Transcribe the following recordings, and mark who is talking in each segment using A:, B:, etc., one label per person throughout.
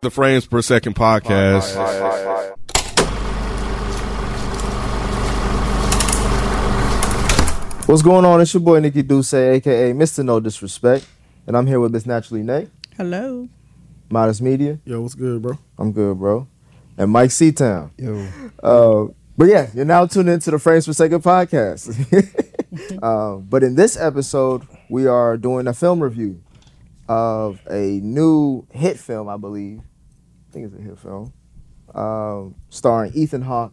A: the frames per second podcast.
B: What's going on? It's your boy Nikki Duce, aka Mr. No Disrespect, and I'm here with Miss Naturally Nay,
C: Hello.
B: Modest Media.
D: Yo, what's good, bro?
B: I'm good, bro. And Mike Seatown.
D: Yo,
B: Uh, but yeah, you're now tuned into the Frames Per Second podcast. uh, but in this episode, we are doing a film review of a new hit film, I believe. I think it's a hit film, um, starring Ethan Hawke.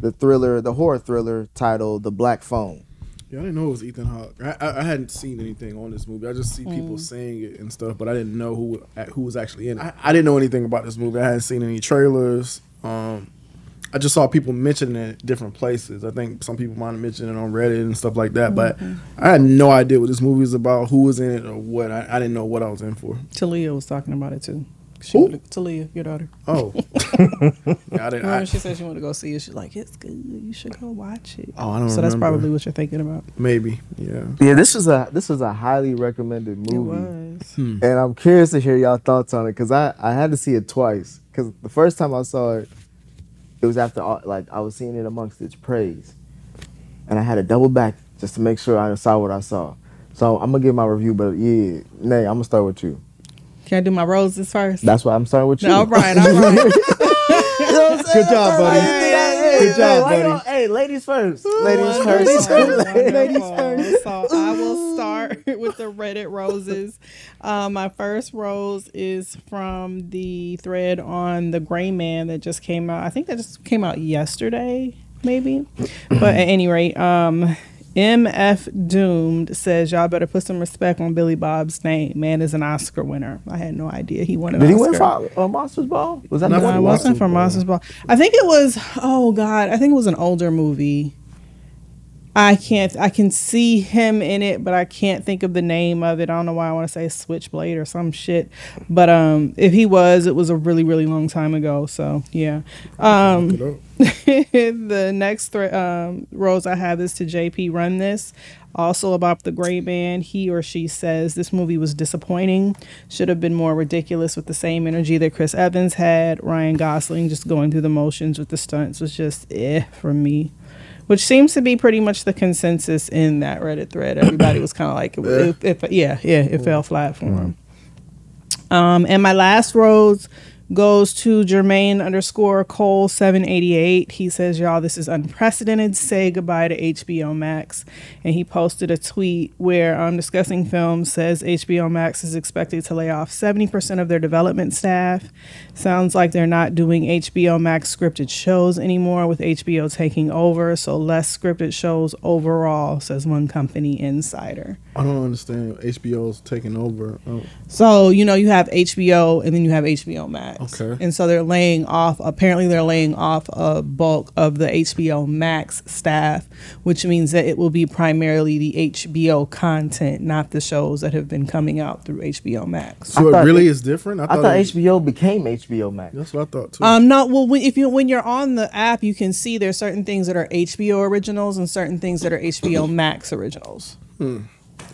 B: The thriller, the horror thriller titled "The Black Phone."
D: yeah, I didn't know it was Ethan Hawke. I, I, I hadn't seen anything on this movie. I just see
B: Mm.
D: people saying it and stuff, but I didn't know who who was actually in it. I, I didn't know anything about this movie. I hadn't seen any trailers. Um, I just saw people mentioning it in different places. I think some people might have mentioned it on Reddit and stuff like that,
B: Mm-hmm.
D: but I had no idea what this movie was about, who was in it, or what. I, I didn't know what I was in for.
C: Talia was talking about it too. She
D: Who?
C: wanted- Talia, your daughter.
D: Oh, yeah, I didn't.
C: Remember,
D: I,
C: she said she wanted to go see it. She's like, it's good. You should go watch it.
D: Oh, I don't
C: So that's
D: remember.
C: probably what you're thinking about.
D: maybe, yeah.
B: Yeah, this was a this was a highly recommended movie.
C: It was.
B: and I'm curious to hear y'all thoughts on it because I, I had to see it twice because the first time I saw it, it was after all- like I was seeing it amongst its praise, and I had to double back just to make sure I saw what I saw. So I'm gonna give my review, but yeah, Nay, I'm gonna start with you.
C: Can I do my roses first?
B: That's why I'm starting with you.
C: No, all right, all right.
B: Good job, buddy. Good
D: job, buddy.
B: Hey, ladies first. Ladies first. Oh,
C: Wonderful, wonderful. So I will start with the Reddit roses. Uh, my first rose is from the thread on the Gray Man that just came out. I think that just came out yesterday, maybe. But at any rate, um, MF Doomed says y'all better put some respect on Billy Bob's name. Man is an Oscar winner. I had no idea he won an
B: Did he
C: Oscar.
B: win for uh, Monsters Ball? Was that
D: No,
B: the
C: No,
B: one?
C: it
B: he won?
C: wasn't for Monsters Ball. I think it was. Oh God, I think it was an older movie. I can't. I can see him in it, but I can't think of the name of it. I don't know why I want to say Switchblade or some shit. But um, if he was, it was a really, really long time ago. So yeah. Um, the next thre- um, rose I have is to JP Run This. Also about the gray man, he or she says this movie was disappointing. Should have been more ridiculous with the same energy that Chris Evans had. Ryan Gosling just going through the motions with the stunts was just eh for me. Which seems to be pretty much the consensus in that Reddit thread. Everybody was kind of like, it, it, it- yeah, yeah, it fell flat for him. Um, and my last rose goes to Jermaine underscore Cole seven eighty eight. He says, "Y'all, this is unprecedented. Say goodbye to HBO Max." And he posted a tweet where um, discussing films says HBO Max is expected to lay off seventy percent of their development staff. Sounds like they're not doing HBO Max scripted shows anymore, with HBO taking over. So less scripted shows overall, says one company insider.
D: I don't understand. HBO's taking over. Oh,
C: So you know you have HBO and then you have HBO Max.
D: Okay.
C: And so they're laying off. Apparently they're laying off a bulk of the HBO Max staff, which means that it will be primarily the HBO content, not the shows that have been coming out through HBO Max.
D: so
B: I thought
D: it really
B: they-
D: is different.
B: I thought HBO became HBO Max.
D: That's what I thought too.
C: Um, no, well, when, if you when you're on the app, you can see there's certain things that are HBO originals and certain things that are HBO Max originals.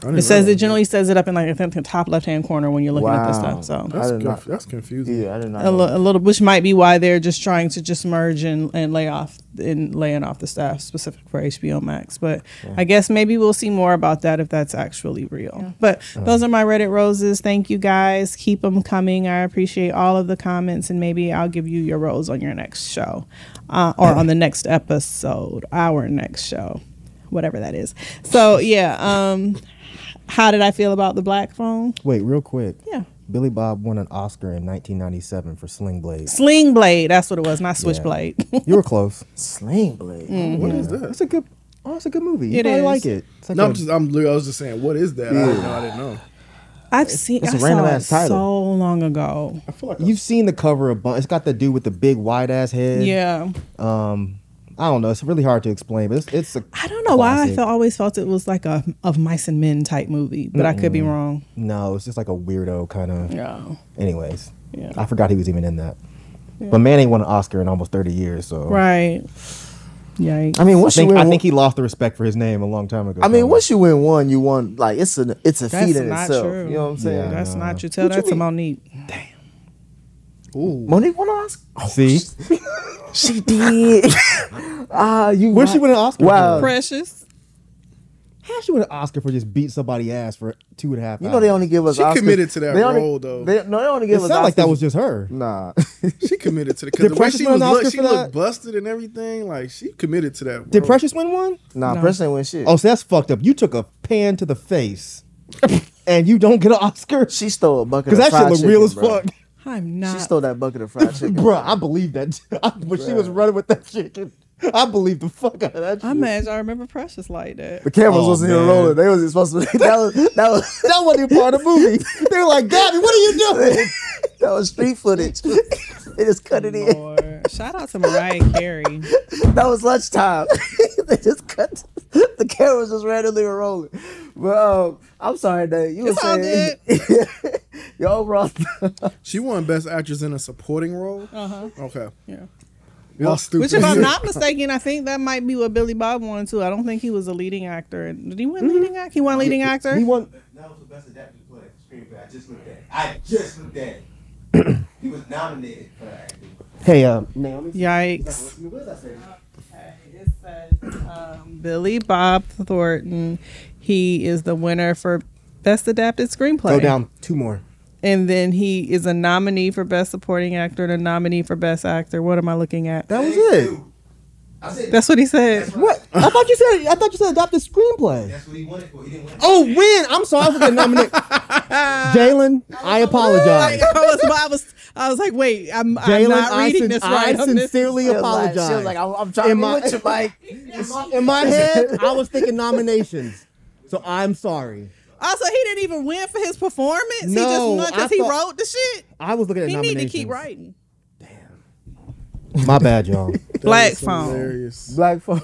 C: It says it generally says it up in like I think the top left hand corner when you're looking at the
B: Wow.
C: stuff. So
D: That's,
B: I did
D: conf-
B: not-
D: that's confusing.
B: Yeah, I did not.
C: a,
B: know.
C: li- a little, which might be why they're just trying to just merge and, and lay off and laying off the staff specific for HBO Max. But I guess maybe we'll see more about that if that's actually real. But those are my Reddit roses. Thank you guys. Keep them coming. I appreciate all of the comments, and maybe I'll give you your rose on your next show, uh, or on the next episode, our next show, whatever that is. So yeah, um, how did I feel about the black phone?
E: Wait, real quick.
C: Yeah.
E: Billy Bob won an Oscar in 1997 for Sling Blade.
C: Sling blade. That's what it was, not switchblade.
E: You were close.
B: Sling Blade.
D: What is
E: That's
D: that?
E: a good. Oh, it's a good movie. You
C: It
E: probably
C: is.
E: like it. It's like
D: No,
E: a-
D: I'm just, I'm, I was just saying, what is that? I didn't know. I didn't know.
C: I've seen.
E: It's a
C: I saw it
E: random-ass title.
C: so long ago.
D: I feel like
E: You've seen the cover a bunch. It's got the dude with the big wide ass head.
C: Yeah,
E: Um, I don't know. It's really hard to explain, but it's it's a.
C: I don't know why I
E: classic.
C: felt always felt it was like a of mice and men type movie, but I could be wrong.
E: No, it's just like a weirdo kind of.
C: Yeah,
E: Anyways,
C: Yeah.
E: I forgot he was even in that. But man ain't won an Oscar in almost thirty years, so
C: right. Yikes.
B: I mean,
E: I
B: once
E: think,
B: you win,
E: I
B: one-
E: think he lost the respect for his name a long time ago.
B: I mean,
E: what?
B: once you win one, you won. Like it's a it's a
C: That's
B: feat in
C: not
B: itself.
C: true.
B: You know what I'm saying?
E: Yeah.
C: that's not you. Tell
B: What you
C: that to
B: mean?
C: Monique.
B: Monique won an Oscar. Oh,
E: See,
B: She did. Ah, you.
E: where she
B: right.
E: win an Oscar?
B: Wow.
E: For?
C: Precious.
E: How she win an Oscar for just beating somebody ass for two and a half?
B: You know they
E: hours?
B: only give us.
D: She
B: Oscars-
D: committed to that
B: they only-
D: role, though.
B: They, no, they only
E: It
B: give us.
E: sounded like
B: Oscars-
E: that was just her.
B: Nah.
D: she committed to the because
E: Did
D: the way
E: Precious
D: she
E: win
D: was
E: an
D: look,
E: Oscar
D: she
E: for that?
D: looked busted and everything. Like she committed to that.
E: Did
D: role.
E: Precious win one?
B: Nah,
C: No.
B: Prince ain't win shit.
E: Oh, so that's fucked up. You took a pan to the face, and you don't get an Oscar because
B: she stole a bucket.
E: that
B: of fried
E: shit look
B: chicken,
E: real as
B: bro.
E: fuck.
C: I'm
B: She
C: not.
B: stole that bucket of fried chicken.
E: Bruh, I believe that. when she was running with that chicken, I believe the fuck out of that.
C: I'm
E: shit.
C: mad. I remember Precious like that.
B: The cameras
E: Oh,
B: wasn't even
E: man.
B: rolling. They was supposed to. That was that was
E: that wasn't even part of the movie. They were like, Gabby, what are you doing?
B: that was street footage. they just cut it in.
C: Lord. Shout out to Mariah Carey.
B: That was lunchtime. they just cut the cameras just randomly were rolling. But um, I'm sorry, Dave. You
C: It's all
B: were saying your overall.
D: She won Best Actress in a Supporting Role.
C: Uh-huh.
D: Okay.
C: Yeah.
D: Y'all stupid.
C: Which, if I'm not mistaken, I think that might be what Billy Bob won too. I don't think he was a leading actor. Did he
B: Mm-hmm.
C: win leading actor? He won leading actor.
E: He won.
F: That was the best adapted play screenplay. I just looked at. it. I just looked at. it. he was nominated for acting.
E: Hey,
B: um,
E: uh, Naomi.
C: Yikes.
F: What did I say?
C: It says um, Billy Bob Thornton. He is the winner for Best Adapted Screenplay.
E: Go down two more.
C: And then he is a nominee for Best Supporting Actor and a nominee for Best Actor. What am I looking at?
E: That was it.
F: I said
C: That's what he said.
E: What? I thought you said. I thought you said adopted screenplay.
F: that's what he wanted for. He didn't want.
E: Oh, win! I'm sorry, I was gonna nominate Jalen. I apologize.
C: I was, I was, I was like, wait, I'm, I'm
E: Jalen,
C: not
E: I,
C: reading
E: sin-
C: this
E: I
C: right. I'm missing-
E: sincerely apologize.
B: She was like, I'm, I'm trying to
E: In
B: be
E: my-
B: with you, Mike.
E: in my head, I was thinking nominations, so I'm sorry.
C: Also, he didn't even win for his performance. he just
E: No,
C: won
E: I
C: because he
E: thought-
C: wrote the shit.
E: I was looking at
C: He need
E: nominations.
C: to keep writing.
E: My bad, y'all.
C: Black phone.
D: Hilarious.
B: Black phone.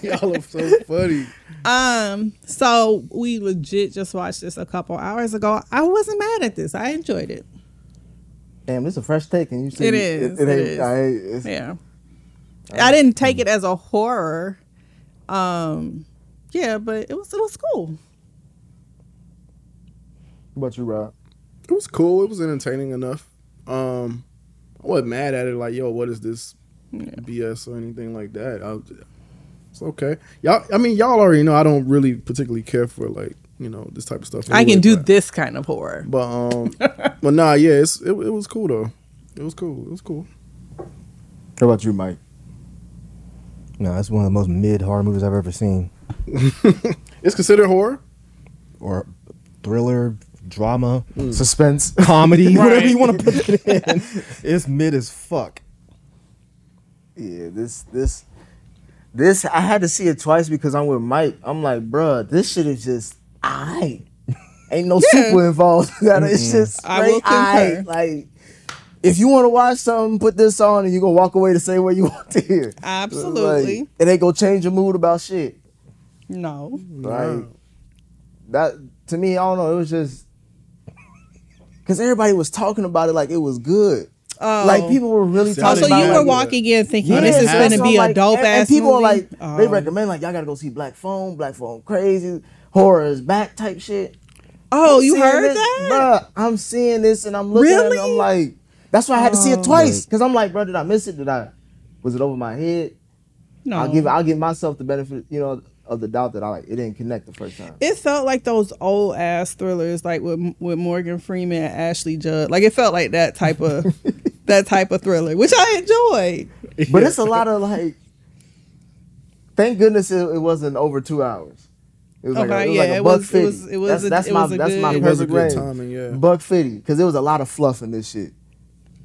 D: Y'all are so funny.
C: Um, so we legit just watched this a couple hours ago. I wasn't mad at this. I enjoyed it.
B: Damn, this is a fresh take, and you see
C: It is,
B: It,
C: it
B: ain't-
C: is.
B: I Mm. ain't- it's-
C: Yeah. I didn't take it as a horror. Um, yeah, but it was it was cool.
B: What about you, Rob?
D: It was cool. It was entertaining enough. Um, I wasn't mad at it. Like, yo, what is this BS or anything like that? I, was- it's okay. Y'all. I mean, y'all already know I don't really particularly care for like you know this type of stuff.
C: I can
D: anyway,
C: do
D: but-
C: this kind of horror.
D: But um, but nah, yeah, it's, it it was cool though. It was cool. It was cool.
B: What about you, Mike?
E: No, that's one of the most mid horror movies I've ever seen,
D: It's considered horror.
E: or thriller, drama,
B: Suspense.
E: Mm. comedy, whatever you want to put it in. It's mid as fuck.
B: Yeah, this this this I had to see it twice because I'm with Mike. I'm like, bruh, this shit is just I ain't no sequel involved. it's just
C: I will
B: straight aight.
C: concur.
B: Like, if you want to watch something, put this on, and you gonna walk away the same way you want to hear.
C: Absolutely.
B: Like, it ain't gonna change your mood about shit.
C: No.
B: Like that to me, I don't know. It was just because everybody was talking about it like it was good.
C: Oh.
B: Like people were really
D: See, I
C: Also,
B: talking
D: didn't
B: about
D: know
C: you
B: like,
C: were
D: that.
C: walking in thinking
D: Yeah,
C: this is
D: that's
C: going to
D: what
B: so,
C: be a
B: like,
C: dope
B: and,
C: ass
B: and people
C: movie.
B: are like they
C: Oh.
B: recommend like y'all gotta go see Black Phone, Black Phone crazy, horror is back type shit.
C: Oh, you
B: Seeing
C: heard
B: this,
C: that?
B: Bruh, I'm seeing this and I'm looking at it and
C: Really? Oh.
B: I'm like, that's why I had to see it twice because I'm like, bro, did I miss it? Did I? Was it over my head?
C: No.
B: I'll give I'll give myself the benefit, you know, of the doubt that I like it didn't connect the first time.
C: it felt like those old ass thrillers, like with with Morgan Freeman and Ashley Judd. Like it felt like that type of that type of thriller, which I enjoyed.
B: But it's a lot of like. Thank goodness it, it wasn't over two hours. It was like
C: Okay,
B: a, it was
C: yeah,
B: like a
C: it
B: buck
C: was- it
B: fifty.
C: was- it was
B: that's
C: a-
B: that's
C: it
B: my
C: was a
B: that's my
C: good- It
D: was a
B: perfect
D: good
B: range.
D: timing, yeah.
B: Buck fifty because there was a lot of fluff in this shit.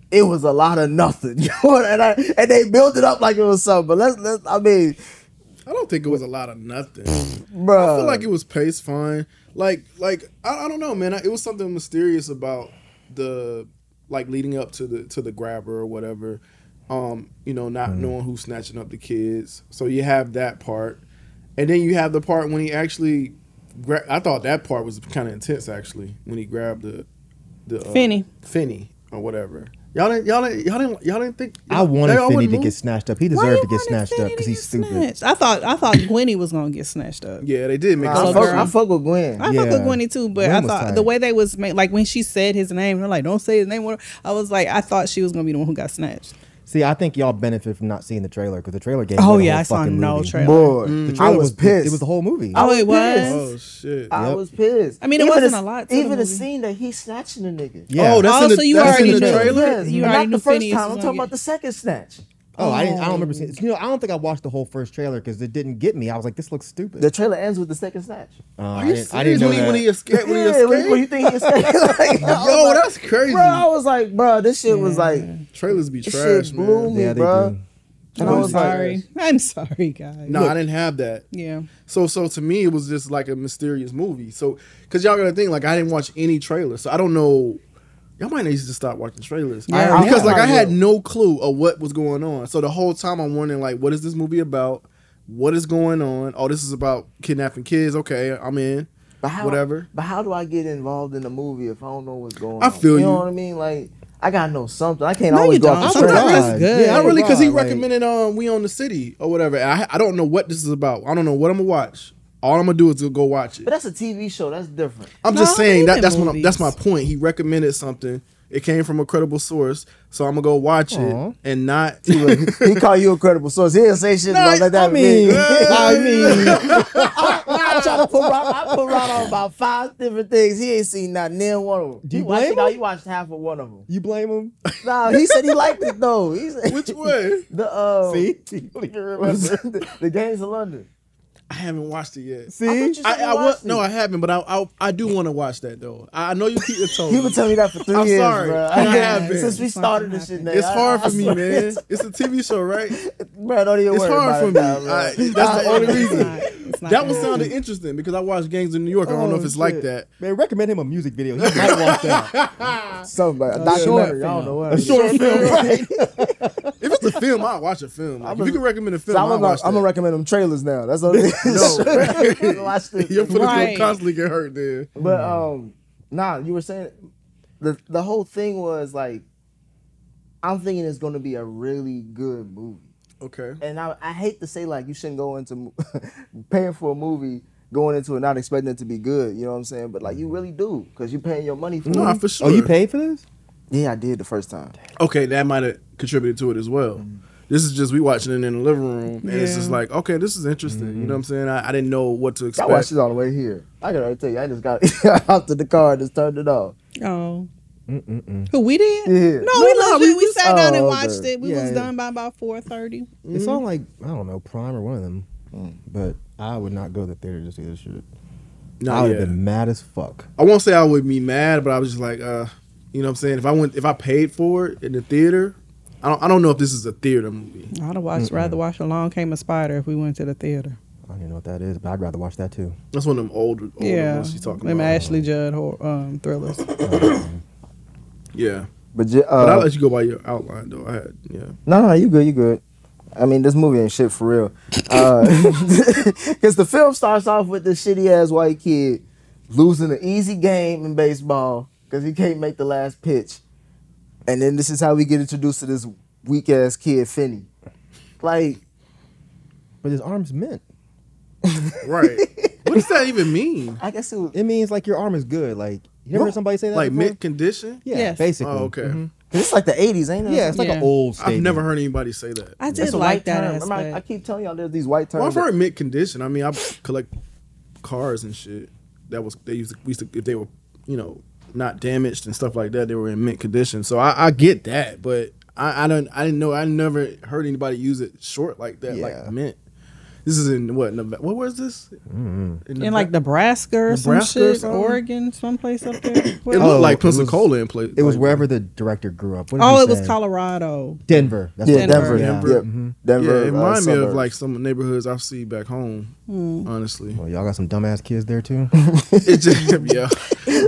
B: It was a lot of nothing, you know, and I, and they built it up like it was something. But let's let's I mean,
D: I don't think it was a lot of nothing. I
B: bro,
D: feel like it was paced fine. like like I, I don't know, man. I, it was something mysterious about the like leading up to the to the grabber or whatever. Um, you know, not knowing who's snatching up the kids. So you have that part, and then you have the part when he actually. Gra- I thought that part was kind of intense actually when he grabbed the the uh,
C: Finny.
D: Finny or whatever. Y'all didn't y'all didn't y'all didn't y'all didn't think
E: I wanted
D: y'all
E: Finny
D: wouldn't
E: to
D: move?
E: get snatched up. He
C: Why
E: deserved
C: you
E: to get
C: wanted
E: snatched up
C: Fanny
E: because
C: to
E: he's
C: get
E: stupid.
C: snatched? I thought I thought Gwenny was gonna get snatched up.
D: Yeah, they did make.
B: I,
D: us
C: Love
B: fuck,
C: her.
B: I fuck with Gwen.
C: I fuck
E: Yeah.
C: with Gwenny too, but
E: Gwen
C: I
E: was
C: thought
E: tight.
C: the way they was made, like when she said his name, they're like, "Don't say his name." I was like, I thought she was gonna be the one who got snatched.
E: See, I think y'all benefit from not seeing the trailer because the trailer gave.
C: Oh
E: away the
C: yeah,
E: whole
C: I saw
E: fucking
C: no
E: movie.
C: trailer.
B: Boy,
E: The
B: I
E: trailer
B: was pissed.
E: It was the whole movie.
C: Oh, it
B: pissed.
C: was.
D: Oh shit!
B: I
E: Yep.
B: was pissed.
C: I mean, it wasn't a lot to the
B: Even the
C: movie.
B: scene that he's snatching the nigga.
E: yeah.
D: Oh, that's
C: Oh,
D: in the,
C: so you
D: that's
C: already
D: in the
C: knew.
D: trailer.
B: Yes,
C: You
B: not
C: already
B: the
C: knew
B: first
C: Phineas was
B: time. I'm
C: gonna
B: talking
C: get-
B: about the second snatch.
E: Oh, I, didn't, I don't remember seeing. You know, I don't think I watched the whole first trailer because it didn't get me. I was like, "This looks stupid."
B: The trailer ends with the second snatch.
E: Uh,
D: Are
E: I
D: you
E: didn't, I didn't
D: serious?
E: know
D: When he, when
E: that.
D: he escaped, when he
B: yeah, what, what you
D: escaped.
B: think he escaped? like, oh,
D: Yo, that's crazy.
B: bro, I was like, bro, this shit was like,
D: Trailers be
B: this
D: trash,
B: shit blew
D: man.
B: me,
E: Yeah, they
B: bro.
E: do.
B: And I
C: I'm
B: was like,
C: sorry. I'm sorry, guys.
D: No, I didn't have that.
C: Yeah.
D: So, so to me, it was just like a mysterious movie. So, cause y'all gotta think, like I didn't watch any trailers, so I don't know. Y'all might need to just stop watching trailers
C: Yeah.
D: because,
B: I-
D: like, I
B: I
D: had
B: will.
D: no clue of what was going on. So the whole time I'm wondering, like, what is this movie about? What is going on? Oh, this is about kidnapping kids. Okay, I'm in.
B: but how,
D: Whatever.
B: But how do I get involved in the movie if I don't know what's going on?
D: I feel
B: You
D: you.
B: know what I mean? Like, I gotta know something. I can't
C: No,
B: always
C: you
B: go
C: don't.
B: off the
C: I'm
B: trailer.
C: not
E: surprised.
C: that's good.
D: Yeah, not really, because he
E: Right, like-
D: recommended um, "We Own the City" or whatever. I I don't know what this is about. I don't know what I'm gonna watch. All I'm gonna do is go- go watch it.
B: But that's a TV show. That's different.
D: I'm
C: No,
D: just
C: I'm
D: saying that
C: thinking
D: that's what I'm, that's my
C: movies.
D: point. He recommended something. It came from a credible source, so I'm gonna go watch
E: Aw.
D: it and not.
B: he call you a credible source. He didn't say shit about like that.
E: I mean,
B: man.
E: I mean,
B: I try to put Rod, I put Rod on about five different things. He ain't seen not near one of them.
E: Do you
B: He watched
E: blame
B: it all-
E: him?
B: He watched half of one of them.
E: you blame him.
B: Nah, he said he liked it though. He said,
D: Which way?
B: The uh,
E: See, you don't even remember.
B: the, the games of London.
D: I haven't watched it yet.
B: I thought you
E: See,
B: said
D: I,
B: you
D: I wa-
B: watched it.
D: no, I haven't, but I I, I do want to watch that though. I I know you keep the tone.
B: He been telling me that for 3
D: I'm
B: years,
D: sorry.
B: bro.
D: And I have been.
B: Since we
C: It's
B: started
C: fucking
B: this shit,
C: happened.
D: it's
B: nigga, I-
D: hard
B: I
D: for me,
B: swear.
D: man. It's a TV show, right?
B: Bro, don't even
D: It's
B: worry
D: hard
B: about
D: for
B: it
D: me.
B: now, bro.
D: I- that's the only
C: It's
D: reason.
C: not, it's not
D: That one
C: good.
D: sounded interesting because I watched Gangs in New York. I don't know if
E: Oh,
D: it's like
E: shit.
D: that.
E: Man, recommend him a music video. He might watch that.
B: Something like a documentary. I don't know what.
E: Short film.
B: right?
D: If it's a film, I'll watch a film. Like, if you can recommend a film,
B: I'm
D: I'll
B: gonna,
D: watch
B: I'm gonna
D: that.
B: recommend them trailers now. That's all. it is. Watch this.
D: Your footage
C: Right.
D: will constantly get hurt, dude.
B: But um, nah, you were saying the the whole thing was like, I'm thinking it's gonna be a really good movie,
D: Okay.
B: and I, I hate to say like you shouldn't go into mo- paying for a movie going into it not expecting it to be good. You know what I'm saying? But like you really do because you're paying your money for
D: Nah,
B: it. Mm-hmm.
D: for sure.
E: Oh, you paid for this?
B: yeah, I did the first time.
D: okay, that might have contributed to it as well. This is just we watching it in the living room, and it's
C: Yeah.
D: just like, okay, this is interesting. You know what I'm saying? I, I didn't know what to
B: I
D: expect.
B: watched it all the way here. I can already tell you, I just got out to the car and just turned it off.
C: Oh. Who we did?
B: Yeah.
C: No,
B: No,
C: we
B: no,
C: legit.
B: we
C: We,
B: just-
C: sat down and
B: Oh,
C: watched
B: okay.
C: it. We
E: Yeah,
C: was
E: yeah.
C: done by about four thirty.
E: It's on like I don't know Prime or one of them, but I would not go to the theater to see this shit.
D: Nah,
E: I would have
D: yeah.
E: been mad as fuck.
D: I won't say I would be mad, but I was just like, uh, you know what I'm saying? If I went, if I paid for it in the theater, I don't, I don't know if this is a theater movie.
C: I'd have watched rather watch Along Came a Spider if we went to the theater.
E: I don't even know what that is, but I'd rather watch that too.
D: That's one of them old, older
C: yeah,
D: ones she's talking
C: them
D: about.
C: Ashley Judd hor- um, thrillers.
D: Yeah,
B: But, j- uh,
D: but I'll let you go by your outline though. I had, yeah.
B: No, no, you good, you good. I mean, this movie ain't shit for real. Because the film starts off with this shitty ass white kid losing an easy game in baseball because he can't make the last pitch. And then this is how we get introduced to this weak ass kid, Finney. Like,
E: But his arm's mint.
D: Right. what does that even mean?
B: I guess it was.
E: It means like your arm is good. Like you never heard somebody say that?
D: Like
E: before?
D: mid condition?
E: Yeah,
C: Yes.
E: basically.
D: Oh, okay.
C: Mm-hmm.
B: It's like the 80s, ain't it?
E: Yeah, it's like
C: Yeah.
E: an old
D: I've
E: statement.
D: never heard anybody say that.
C: I did
B: It's a
C: like
B: white
C: that
B: term. Remember, I, I
C: aspect.
B: keep telling y'all there's these white terms.
D: Well, I've
B: that-
D: heard mint condition. I mean, I collect cars and shit. That was they used to, we used to if they were you know not damaged and stuff like that. They were in mint condition. So I, I get that, but I, I don't. I didn't know. I never heard anybody use it short like that.
E: Yeah.
D: Like mint. This is in what? Nevada, what was this?
E: Mm-hmm.
C: In like Nebraska or
D: Nebraska
C: some
D: or
C: shit,
D: something?
C: Oregon, someplace up there.
D: it looked
E: Oh,
D: like
E: it was-
D: Pensacola in place.
E: It was
D: like-
E: wherever the director grew up. What did
C: oh,
E: he
C: it was
E: say?
C: Colorado.
E: Denver. That's
B: Yeah,
E: what it
B: Denver.
E: was,
B: Denver.
D: Denver.
B: Denver.
D: Yeah, it
B: uh,
D: reminded me of
B: suburbs.
D: like some neighborhoods I see back home.
C: Hmm.
D: Honestly,
E: Well, y'all got some dumbass kids there too.
D: it's just yeah.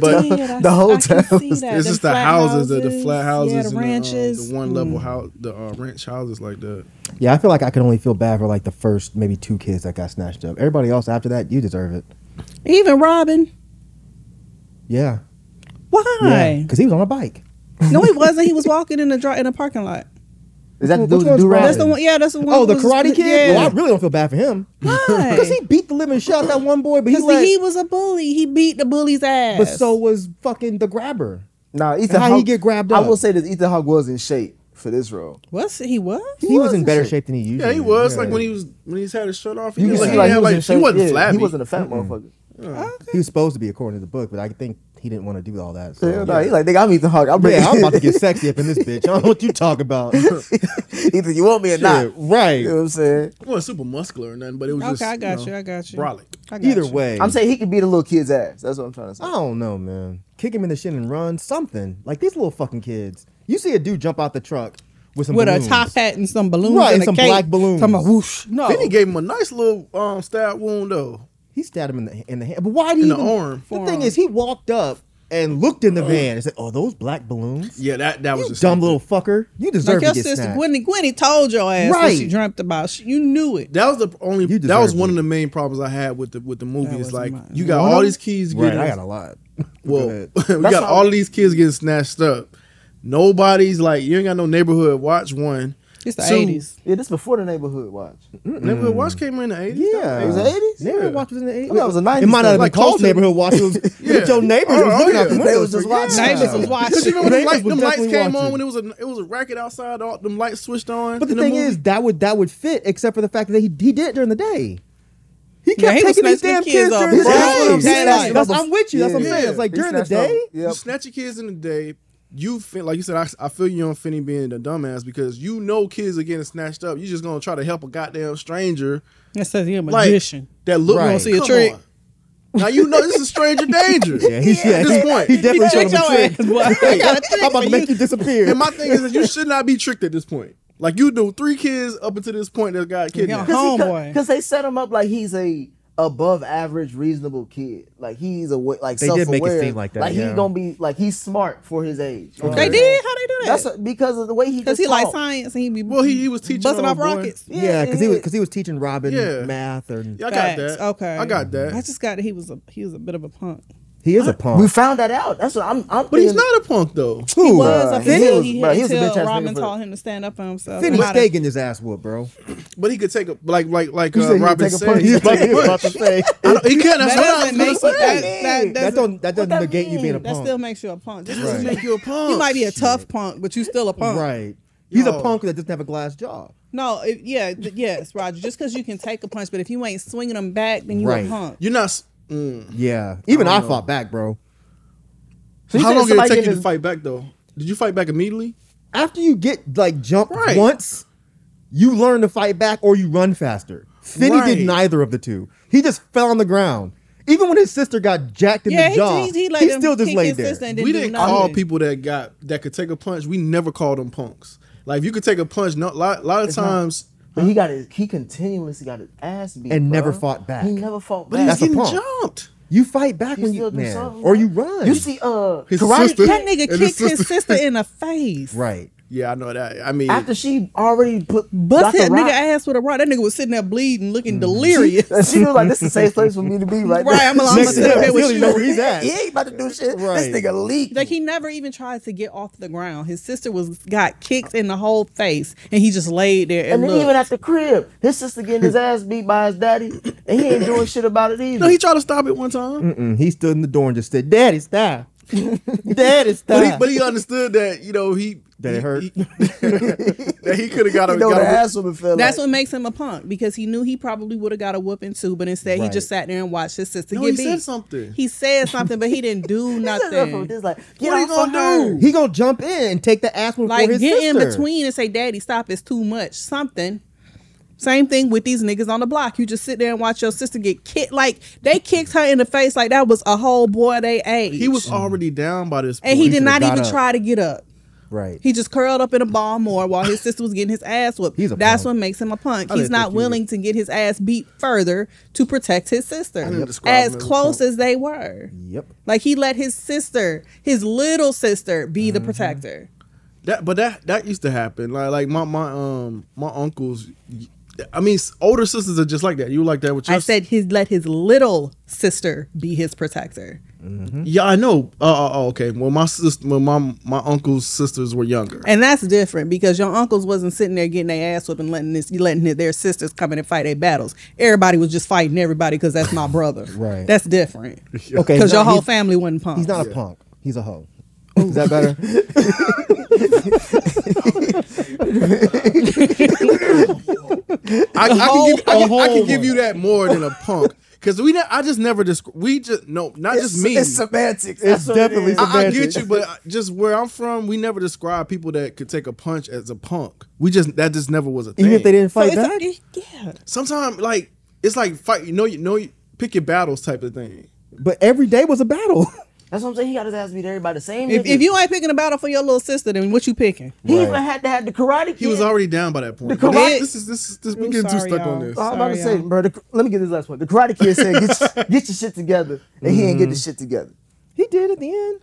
D: But
C: Yeah, I-
B: the whole
C: I can
B: town
C: see
B: was-
C: that.
D: it's
C: Them
D: just the
C: flat
D: houses, the, the flat houses,
C: yeah,
D: and
C: the
D: the, um,
C: ranches.
D: the one level house, the uh, ranch houses like that.
E: yeah, I feel like I could only feel bad for like the first maybe two kids that got snatched up. Everybody else after that, you deserve it.
C: Mm. Even Robin.
E: Yeah,
C: Why?
E: because he was on a bike.
C: No, he wasn't. He was walking in a dri- in a parking lot.
B: Is that the
E: Which
B: dude with
E: one's
B: the do-rag?
E: Robin?
C: That's the one. Yeah, that's the one.
E: Oh, the
C: who was-
E: Karate Kid.
C: Yeah.
E: Well, I really don't feel bad for him
C: Why?
E: because he beat the living shit out that one boy, but he
C: Because
E: let.
C: he was a bully. He beat the bully's ass.
E: but so was fucking the grabber.
B: Nah, Ethan
E: How he
B: Hawke.
E: get grabbed
B: I
E: up?
B: will say that Ethan Hawke was in shape for this role.
C: was he was?
E: He was,
B: was
E: in
B: in
E: better
B: shape.
E: shape than he usually.
D: Yeah, he was
E: is.
D: like
E: Yeah.
D: when he was when he's had his shirt off. He,
B: You
D: was like,
B: can see
D: he,
B: like
D: had,
B: he was
D: like,
B: in
D: he
B: shape.
D: wasn't
B: yeah,
D: flabby.
B: He wasn't a fat motherfucker.
E: He was supposed to be according to the book, but I think he didn't want to do all that. So.
B: Hell no, he like nigga, I'm Ethan Hawke. I'm ready.
E: yeah, I'm about to get sexy up in this bitch. I don't know what you talk about. Shit,
B: Either you want me or not.
E: right.
B: You know what I'm saying?
D: he wasn't super muscular or nothing, but it was just
C: Okay, I got
D: know,
C: you. I got you.
D: brolic.
C: I got
E: Either
C: you.
E: way,
B: I'm saying he could beat a little kid's ass. That's what I'm trying to say.
E: I don't know, man. Kick him in the shin and run something. Like these little fucking kids. You see a dude jump out the truck with some
C: with
E: balloons.
C: a top hat and some balloons,
E: Right, and
C: and a
E: some
C: cape.
E: black balloons.
C: Talking about whoosh.
E: No,
D: Then he gave him a nice little um, stab wound though.
E: he stabbed him in the in the hand. But why did he
D: In the
E: even-
D: arm.
E: The thing is, he walked up and looked in the van and said, "Oh, those black balloons."
D: Yeah, that that was
E: You
D: just
E: dumb
D: stupid.
E: little fucker. You deserve
C: Like your
E: to get
C: sister
E: snapped.
C: Gwenny, Gwenny told your ass what
E: Right.
C: she dreamt about. She, you knew it.
D: That was the only.
E: You
D: That was
E: deserve
D: one of
E: it.
D: the main problems I had with the with the movie.
C: That
D: Is
C: was
D: like
C: mine.
D: you got
E: One
D: all
E: of
D: these kids
E: Right,
D: getting.
E: I got a lot.
D: Well,
E: ahead.
D: we
B: That's
D: got
B: how-
D: all these kids getting snatched up. Nobody's like you ain't got no neighborhood watch one.
C: It's the
D: Two.
C: eighties.
B: Yeah, this before the neighborhood watch.
D: Neighborhood watch came in the eighties.
E: Mm. Yeah,
B: It was the 80s?
E: Neighborhood
D: Yeah.
E: watch was in the eighties.
B: thought it was the 90s
E: It might not have
B: thing.
E: been
D: Like,
E: called
D: Tulsa-
E: neighborhood watch. It was,
D: Yeah.
E: but your neighbors
D: Oh,
E: was looking
D: yeah.
E: out the
D: They
E: windows
B: was just
E: for-
B: watching.
E: Yeah.
C: Neighbors was
D: Because you
C: watching.
D: remember them,
E: Neighbors was
D: lights, them lights
E: definitely
D: came
E: watching.
D: on when it was a it was a racket outside. All them lights switched on.
E: But the
D: in
E: thing
D: movie.
E: is, that would that would fit, except for the fact that he he did it during the day. He kept
C: Yeah, he was
E: taking these damn
C: snatching the
E: kids,
C: kids off
E: during the
C: the
E: day.
C: That's what I'm
E: He
C: saying.
E: snatched-
C: Like-
E: that's- I'm with you. That's what I'm
D: Yeah.
E: saying. It's like
B: He
E: during the
B: snatched up-
E: day.
D: you
B: Yep.
D: snatch your kids in the day. You feel like you said. I, I feel you on Finney being the dumbass because you know kids are getting snatched up. You just gonna try to help a goddamn stranger
C: That says you're a
D: like
C: magician.
D: that look
E: Right.
D: right.
E: See
C: a
D: Come
C: trick.
D: on. Now you know this is stranger danger.
E: Yeah, he, yeah, he,
D: At this point,
E: he definitely showed him a
C: tricked
E: trick.
C: your ass, boy. I got a trick
E: I'm about
C: for
E: to make
C: you.
E: you disappear.
D: And my thing is that you should not be tricked at this point. Like you do three kids up until this point that got kidnapped.
C: Yeah. Homeboy.
B: Because they set him up like he's a above average reasonable kid. Like he's a like
E: They did make
B: self
E: it
B: aware.
E: seem like that,
B: Like
E: yeah.
B: he's gonna be like he's smart for his age. You know what
C: They
B: I'm
C: did.
B: saying?
C: How they do that?
B: That's a, because of the way he
C: Because he
B: just
C: like
B: talked.
C: science and he be
D: Well, he- he was teaching
C: busting off
D: old boy.
C: rockets.
E: yeah, because he
B: yeah.
E: was because he was teaching Robin
D: Yeah.
E: math and
D: Yeah, I got
C: Facts.
D: that.
C: Okay,
D: I got that.
C: I just got he was a he was a bit of a punk.
E: he is a punk.
B: We found that out. That's what I'm. I'm
D: but he's
B: thinking-
D: not a punk though.
E: He
C: was up
B: he
C: until
B: was-
C: he,
B: bruh, he was a
C: until
B: bitch ass
C: Robin
B: nigga for
C: told
B: that.
C: him to stand up for himself.
E: Finney
C: And
E: was
C: how to-
E: taking his ass whoop, bro.
D: But he could take a like like like
B: You said
D: uh,
B: he could
D: Robin
B: take a
D: said.
B: punch.
D: He,
B: You
D: could take a punch.
E: say.
D: I don't- he
C: That
D: can't. That's what I was
C: doesn't
D: gonna
C: make
D: say.
C: you, that, that,
E: That
C: doesn't,
E: don't that doesn't
B: that
E: negate you
B: mean?
E: being a
C: that
E: punk.
C: still makes you a punk. That
D: Doesn't
C: doesn't
D: make you a punk.
C: You might be a tough punk, but you still a punk.
E: right. He's a
D: Yo.
E: punk that doesn't have a glass jaw.
C: No, it, yeah, th- yes, Roger. Just because you can take a punch, but if you ain't swinging them back, then you
E: Right.
C: a punk.
D: You're not. s- Mm.
E: Yeah. Even I,
D: don't know.
E: fought back, bro.
B: So you
D: How
B: said
D: long did it
B: somebody
D: take you
B: getting
D: to fight back though? Did you fight back immediately?
E: After you get like jumped
D: Right.
E: once, you learn to fight back or you run faster. Finney
D: Right.
E: did neither of the two. He just fell on the ground. Even when his sister got jacked in
C: yeah,
E: the jaw,
C: he,
E: he,
C: he, he, let them
E: still just
C: kick
E: laid
C: his
E: there.
C: sister and
D: we
C: do
D: didn't
C: nothing.
D: call people that got that could take a punch. We never called them punks. Like if you could take a punch, no, lot, lot of times.
B: But he got his. He continuously got his ass beat
E: And
B: bruh.
E: never fought back.
B: He never fought
D: But
B: back.
D: he's
E: That's a
D: getting
E: punk.
D: jumped.
E: You fight back
B: You
E: when
B: still
E: you
B: do
E: man,
B: something.
E: or you run.
B: You see, uh,
D: His
B: karate
D: sister-
C: That
B: Kid-
C: nigga
D: And his
C: kicked his
D: sister-
C: sister in the face.
E: right.
D: Yeah, I know that. I mean,
B: after she already put
C: Bust
B: Dr.
C: that nigga
B: Rock-
C: ass with a rock. That nigga was sitting there bleeding, looking delirious.
B: And she was like, "This is the safe place for me to be right,
C: Right,
B: now."
C: I'm gonna- I'm gonna sit up here
E: You
C: with
E: don't
C: you.
E: even know where he's at.
B: he ain't about to do shit.
E: Right.
B: This nigga leaked.
C: Like he never even tried to get off the ground. His sister was got kicked in the whole face, and he just laid there. And,
B: and then
C: looked.
B: even at the crib, his sister getting his ass beat by his daddy, and he ain't doing shit about it either.
D: no, he tried to stop it one time.
E: Mm, he stood in the door and just said, "Daddy, stop! Daddy, stop!"
D: But he, but he understood that you know he
E: That it
D: he-
E: hurt.
D: he- that he could have got a
B: You know
D: got
B: the
D: a-
B: ass woman felt
C: That's
B: like.
C: what makes him a punk because he knew he probably would have got a whooping too, but instead he
E: Right.
C: just sat there and watched his sister
D: No,
C: get
D: he
C: beat.
D: said something.
C: He said something, but he didn't do nothing.
B: Just like, get
D: What are you
C: Oh,
B: off of
D: gonna
B: her.
D: do?
E: He gonna jump in and take the ass one
C: like
E: for his
C: get in
E: sister.
C: between and say, "Daddy, stop! It's too much." Something. Same thing with these niggas on the block. You just sit there and watch your sister get kicked. Like they kicked her in the face. Like that was a whole boy they age.
D: He was already down by this. Point.
C: and he did
E: should've
C: not
E: got
C: even
E: up.
C: try to get up.
E: Right.
C: He just curled up in a ball more while his sister was getting his ass whooped.
E: He's a
C: That's
E: punk.
C: what makes him a punk.
D: I
C: He's
D: didn't think
C: not
D: he
C: willing to get his ass beat further to protect his sister.
D: didn't describe him
C: As
D: as a
C: close
D: punk.
C: as they were.
E: Yep.
C: Like he let his sister, his little sister, be the protector.
D: That, but that that used to happen. Like like my my um my uncles. I mean, s- older sisters are just like that. You like that with your
C: I said he let his little sister be his protector.
D: Yeah, I know. Uh, uh, uh, okay. Well, my sister, well, my my uncle's sisters were younger.
C: And that's different because your uncles wasn't sitting there getting their ass whooped and letting this letting their sisters come in and fight their battles. Everybody was just fighting everybody because that's my brother.
E: Right.
C: That's different.
E: Okay.
C: Because
E: no,
C: your whole
E: he's-
C: family wasn't punk.
E: He's not a punk. He's a hoe.
B: Is that better?
D: I, I can
C: whole- a
D: give, I can, I
C: whole
D: can give you that more than a punk because we ne- I just never just we just no not just me.
B: It's semantics. That's what it
E: definitely
B: is.
E: some-
D: I, I
E: semantics.
D: get you, but I- just where I'm from, we never describe people that could take a punch as a punk. We just that just never was a thing.
E: Even if they didn't
C: So
E: fight
C: it's
E: back.
C: a- yeah.
D: Sometimes like it's like fight. You know, you know, you pick your battles type of thing.
E: but every day was a battle.
G: That's what I'm saying. He got his ass beat everybody the same.
C: If,
G: nigga.
C: if you ain't picking a battle for your little sister, then what you picking?
G: he even had to have the karate. Kid.
D: He was already down by that point.
G: Correct.
D: This, this is this is this we
C: I'm
D: getting too
C: sorry,
D: stuck
C: y'all.
D: on this.
B: I was about to
C: Sorry,
B: say,
C: y'all.
B: bro. The, let me get this last one. The Karate Kid said, "Get, your- get your shit together," and he ain't get his shit together.
E: He did at the end.